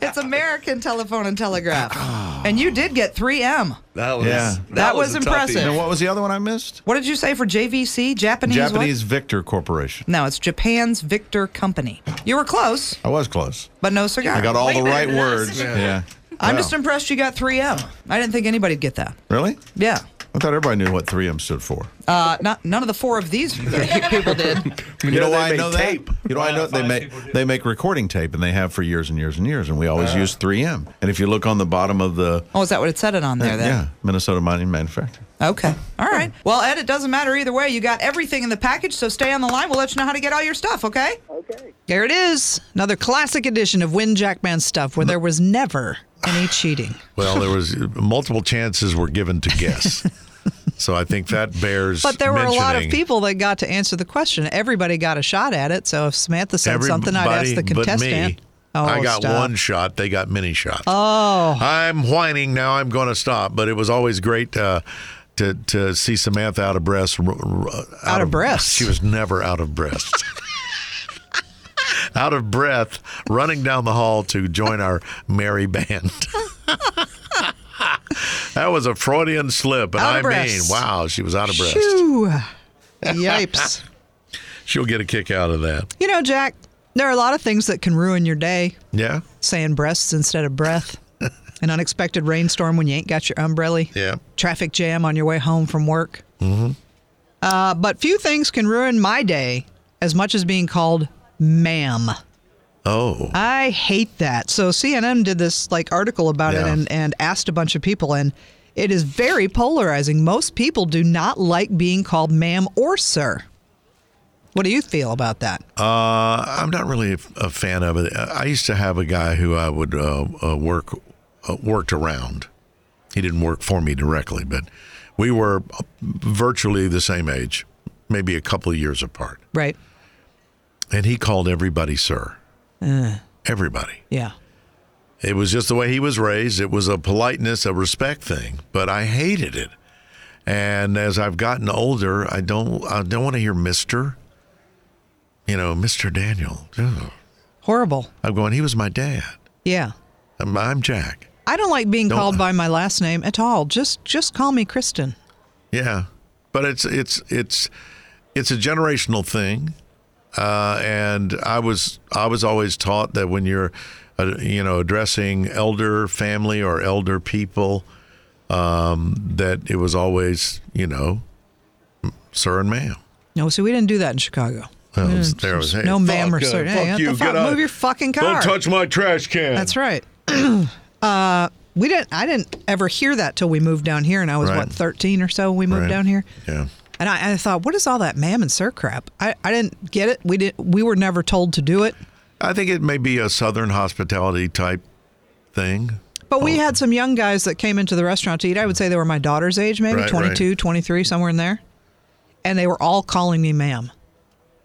It's American Telephone and Telegraph.
Ah.
and you did get 3M.
That was.
Yeah.
That,
That
was,
was
a toughie.
impressive.
And what was the other one I missed?
What did you say for JVC? Japanese what?
Japanese Victor Corporation.
No, it's Japan's Victor Company. You were close,
I was close.
but no cigar.
I got all the right
than us.
words. Yeah.
I'm
Wow.
just impressed you got 3M. I didn't think anybody'd get that.
Really?
Yeah.
I thought everybody knew what 3M stood for.
Uh, not, none of the four of these people did.
We
You know
they
why I
make
know
tape.
that? You know why I know
Five
they make
people do.
they make recording tape and they have for years and years and years and we always use 3M. And if you look on the bottom of the
Oh, is that what it said it on there then?
yeah Minnesota Mining Manufacturer.
Okay. All right. Well, Ed, it doesn't matter either way. You got everything in the package, so stay on the line. We'll let you know how to get all your stuff, okay?
Okay.
There it is. Another classic edition of Win Jackman stuff where there was never any cheating.
Well, there was multiple chances were given to guess. So I think that bears.
But there were a lot of
mentioning.
people that got to answer the question. Everybody got a shot at it. So if Samantha said something, I'd ask the
Everybody but
contestant. Oh,
me. I got
stop.
one shot. They got many shots. Oh. I'm whining now. I'm going to stop. But it was always great uh, to to see Samantha out of breath. r- r- Out,
of breath.
She was never out of breath. out of breath, running down the hall to join our merry band. that was a Freudian slip, and
Out
I
of breath.
mean, wow, she was out of breath.
Shoo. Yipes.
She'll get a kick out of that.
You know, Jack, there are a lot of things that can ruin your day.
Yeah,
Saying breasts instead of breath. An unexpected rainstorm when you ain't got your umbrella.
yeah.
Traffic jam on your way home from work. Mm-hmm. Uh, but few things can ruin my day as much as being called ma'am.
Oh,
I hate that. So CNN did this like article about it
Yeah.
and, and asked a bunch of people and it is very polarizing. Most people do not like being called ma'am or sir. What do you feel about that?
Uh, I'm not really a, a fan of it. I used to have a guy who I would uh, uh, work uh, worked around. He didn't work for me directly, but we were virtually the same age, maybe a couple of years apart.
right.
And he called everybody sir. Everybody.
Yeah.
It was just the way he was raised. It was a politeness, a respect thing, but I hated it. And as I've gotten older, I don't I don't want to hear Mister. You know, Mister Daniel. Ugh.
Horrible.
I'm going, he was my dad.
Yeah.
I'm, I'm Jack.
I don't like being
Don't-
called by my last name at all. Just just call me Kristen.
Yeah. But it's it's it's it's a generational thing. Uh, and I was I was always taught that when you're uh, you know addressing elder family or elder people um, that it was always you know sir and ma'am.
No, see, we didn't do that in Chicago.
Well, it was- there it was, hey,
no ma'am or
fuck, uh,
sir.
fuck
Hey, what
you,
the fuck?
get out.
Move your fucking car.
my trash can.
That's right. uh, we didn't. I didn't ever hear that till we moved down here, and I was
Right.
what thirteen or so. when We moved
Right.
down here,
Yeah.
and I, I thought, what is all that ma'am and sir crap? I, I didn't get it. We didn't. We were never told to do it.
I think it may be a southern hospitality type thing.
But
Oh.
we had some young guys that came into the restaurant to eat. I would say they were my daughter's age, maybe
Right,
twenty two, twenty three, 22, 23, somewhere in there. And they were all calling me ma'am.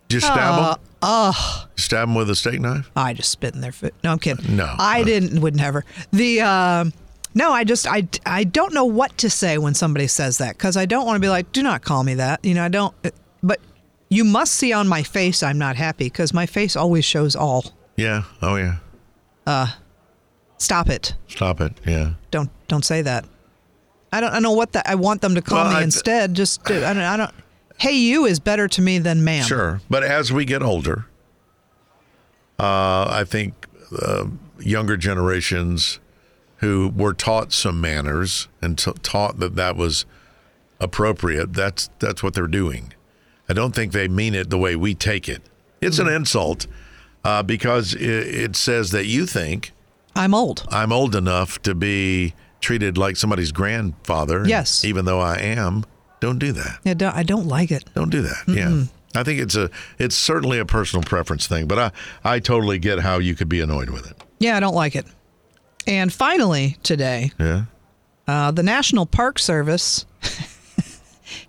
Just stab him. Stab him with a steak knife.
I just spit in their foot. No, I'm kidding.
No.
I didn't. Would never. The um, no, I just I I don't know what to say when somebody says that because I don't want to be like, do not call me that. You know, I don't. uh, But you must see on my face I'm not happy because my face always shows all.
Yeah. Oh yeah.
Stop it.
Stop it. Yeah.
Don't don't say that. I don't I know what that. I want them to call
Well,
me
I-
instead. Just do, I don't I don't. Hey, you is better to me than ma'am.
Sure. But as we get older, uh, I think uh, younger generations who were taught some manners and t- taught that that was appropriate, that's that's what they're doing. I don't think they mean it the way we take it. It's an insult uh, because it, it says that you think
I'm old.
I'm old enough to be treated like somebody's grandfather.
Yes.
Even though I am, don't do that.
Yeah, don't, I don't like it.
Don't do that. Yeah. I think it's a it's certainly a personal preference thing, but I I totally get how you could be annoyed with it.
Yeah, I don't like it. And finally today,
Yeah.
Uh, the National Park Service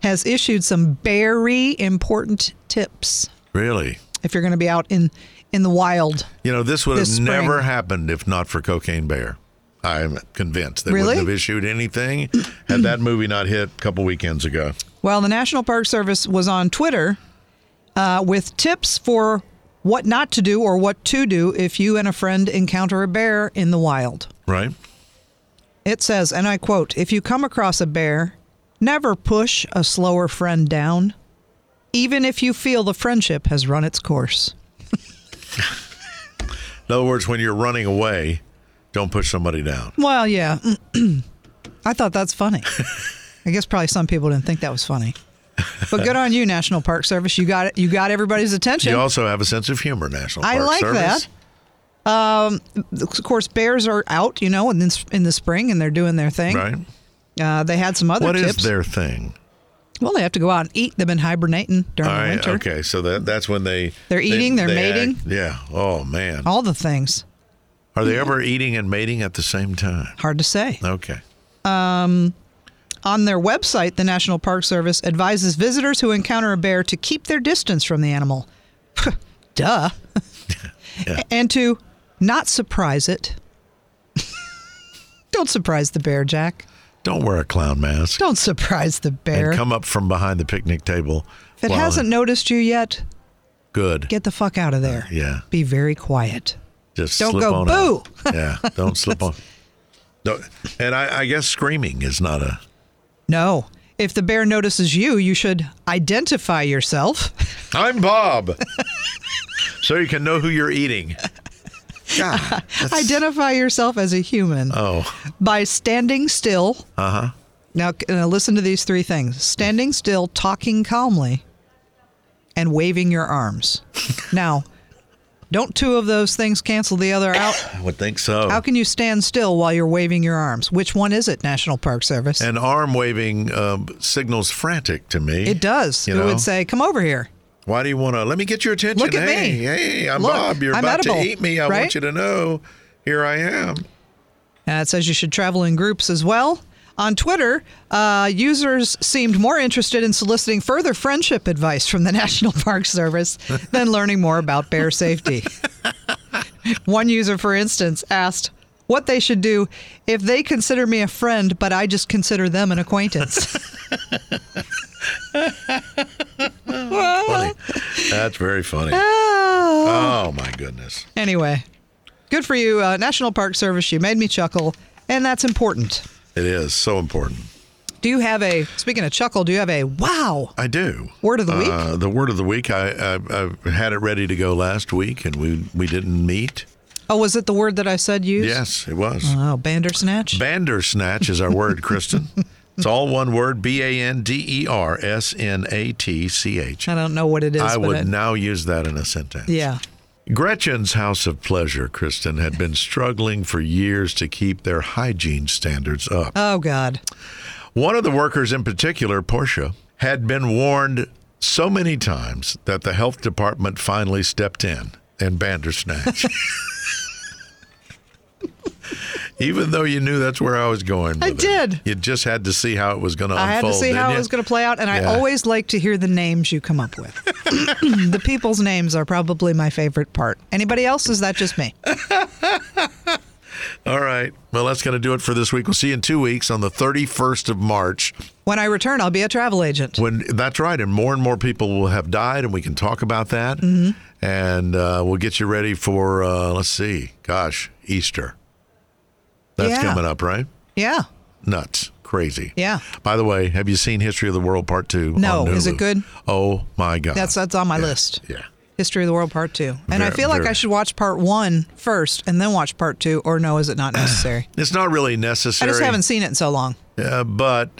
has issued some very important tips
Really.
if you're going to be out in in the wild.
You know, this would
This
have
spring.
never happened if not for Cocaine Bear. I'm convinced they
Really?
wouldn't have issued anything had that movie not hit a couple weekends ago.
Well, the National Park Service was on Twitter uh, with tips for what not to do or what to do if you and a friend encounter a bear in the wild.
Right?
It says, and I quote, if you come across a bear, never push a slower friend down, even if you feel the friendship has run its course.
In other words, when you're running away, don't push somebody down.
Well, yeah. I thought that's funny. I guess probably some people didn't think that was funny. But good on you, National Park Service. You got it. You got everybody's attention.
You also have a sense of humor, National
I
Park
like
Service.
that. of course, bears are out, you know, in the, in the spring and they're doing their thing.
Right?
Uh, they had some other
What is
tips.
their thing?
Well, they have to go out and eat. They've been hibernating during
All
the
right,
winter.
Okay, so that that's when they
They're eating, they're mating.
act- yeah. Oh man.
All the things.
Are they ever eating and mating at the same time?
Hard to say.
Okay.
On their website, the National Park Service advises visitors who encounter a bear to keep their distance from the animal. Duh. And to not surprise it. Don't surprise the bear, Jack.
Don't wear a clown mask
Don't surprise the bear.
and come up from behind the picnic table.
if it
while-
hasn't noticed you yet,
good.
get the fuck out of there.
Uh, yeah.
Be very quiet.
Just
Don't
slip
go
on
boo.
out. yeah, don't slip on. No, and I, I guess screaming is not a
No. If the bear notices you, you should identify yourself.
I'm Bob. so you can know who you're eating. God, that's-
identify yourself as a human
Oh,
by standing still. Uh huh.
Uh-huh.
Now, c- now listen to these three things standing still, talking calmly, and waving your arms. now, don't two of those things cancel the other out?
I would think so.
How can you stand still while you're waving your arms? Which one is it, National Park Service?
and arm waving um, signals frantic to me.
it does.
You
It
know?
would say, come over here.
Why do you want to? Let me get your attention.
Look at
hey,
me.
Hey, I'm
Look,
Bob. You're
I'm
about
edible,
to eat me. I
right?
want you to know. Here I am.
Uh, it says you should travel in groups as well. On Twitter, uh, users seemed more interested in soliciting further friendship advice from the National Park Service than learning more about bear safety. One user, for instance, asked what they should do if they consider me a friend, but I just consider them an acquaintance.
Funny. That's very funny. Oh my goodness.
anyway, good for you, uh, National Park Service. You made me chuckle, and that's important.
It is so important.
Do you have a, speaking of chuckle, do you have a wow?
I do.
Word of the week?
Uh, the word of the week. I, I I had it ready to go last week, and we we didn't meet.
Oh, was it the word that I said used?
Yes, it was.
Oh, Bandersnatch.
Bandersnatch is our word, Kristen. It's all one word: B A N D E R S N A T C H.
I don't know what it is.
I
but
would
it-
now use that in a sentence.
Yeah.
Gretchen's House of Pleasure, Kristen, had been struggling for years to keep their hygiene standards up.
Oh God.
One of the workers in particular, Portia, had been warned so many times that the health department finally stepped in and Bandersnatch. Even though you knew that's where I was going.
I
with it.
did.
You just had to see how it was going to unfold.
I had to see how
didn't
it
you?
was going to play out, and
Yeah.
I always like to hear the names you come up with. the people's names are probably my favorite part. Anybody else? Is that just me?
All right. Well, that's going to do it for this week. We'll see you in two weeks on the 31st of March.
When I return, I'll be a travel agent.
When that's right, and more and more people will have died, and we can talk about that.
Mm-hmm.
And uh, we'll get you ready for uh, let's see, gosh, Easter. That's
Yeah.
coming up, right?
Yeah.
Nuts, crazy.
Yeah.
By the way, have you seen History of the World Part Two?
No.
on
Is it
Hulu?
good?
Oh my God.
That's that's on my
Yeah.
list.
Yeah.
History of the World Part Two, and I
Very-
feel like
very-
I should watch Part One first, and then watch Part Two. Or no, is it not necessary?
It's not really
I
necessary.
just haven't seen it in so long.
Uh, but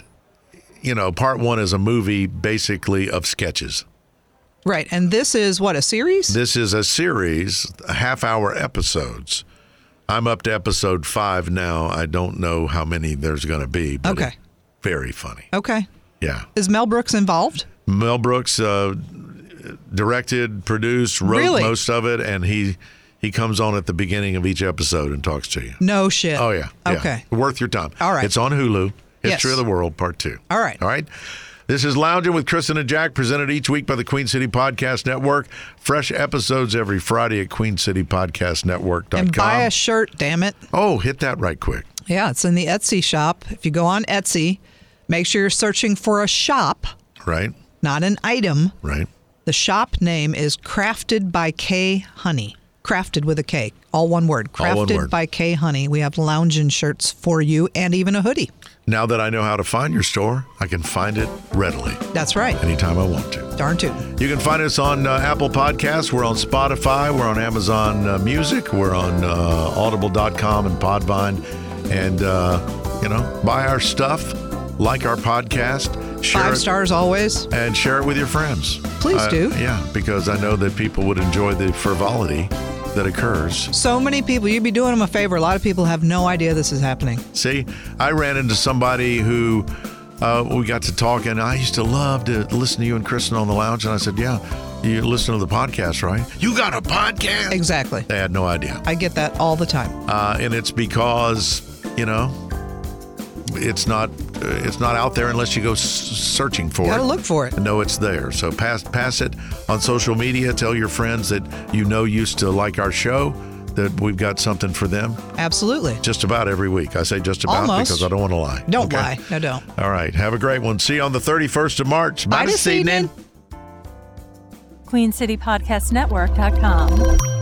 you know, Part One is a movie basically of sketches.
Right, and this is what a series.
This is a series, half hour episodes. I'm up to episode five now. I don't know how many there's going to be, but
Okay.
it's very funny.
okay,
Yeah.
is Mel Brooks involved?
Mel Brooks uh, directed, produced, wrote
Really?
most of it, and he he comes on at the beginning of each episode and talks to you.
No shit.
Oh, yeah. yeah.
Okay.
Worth your time.
All right.
It's on Hulu, History
Yes.
of the World, Part Two.
All right.
All right. This is Lounging with Kristen and Jack, presented each week by the Queen City Podcast Network. Fresh episodes every Friday at queencitypodcastnetwork.com.
And buy a shirt, damn it.
oh, hit that right quick.
Yeah, it's in the Etsy shop. If you go on Etsy, make sure you're searching for a shop,
Right.
not an item.
Right.
The shop name is Crafted by K Honey. Crafted with a K, all one word. Crafted
All one word.
by K Honey. We have lounging shirts for you and even a hoodie.
Now that I know how to find your store, I can find it readily
That's right.
anytime I want to.
Darn tootin'.
You can find us on uh, Apple Podcasts. We're on Spotify. We're on Amazon uh, Music. We're on uh, Audible.com and Podvine. And, uh, you know, buy our stuff, like our podcast, share
Five
it,
stars always.
and share it with your friends.
Please
Uh,
do.
Yeah, because I know that people would enjoy the frivolity that occurs
So many people, you'd be doing them a favor. A lot of people have no idea this is happening.
See, I ran into somebody who uh, we got to talk, and I used to love to listen to you and Kristen on the lounge. And I said, "Yeah, you listen to the podcast, right? You got a podcast?"
Exactly.
They had no idea,
I get that all the time.
uh, and it's because you know it's not uh, it's not out there unless you go s- searching for
Gotta
it.
look for it.
And know it's there. So pass pass it on social media. Tell your friends that you know used to like our show that we've got something for them
Absolutely.
just about every week. I say just about
Almost.
because I don't want to lie.
Don't
Okay?
lie. No, don't.
All right. Have a great one. See you on the 31st of March.
Bye this evening.
QueenCityPodcastNetwork.com.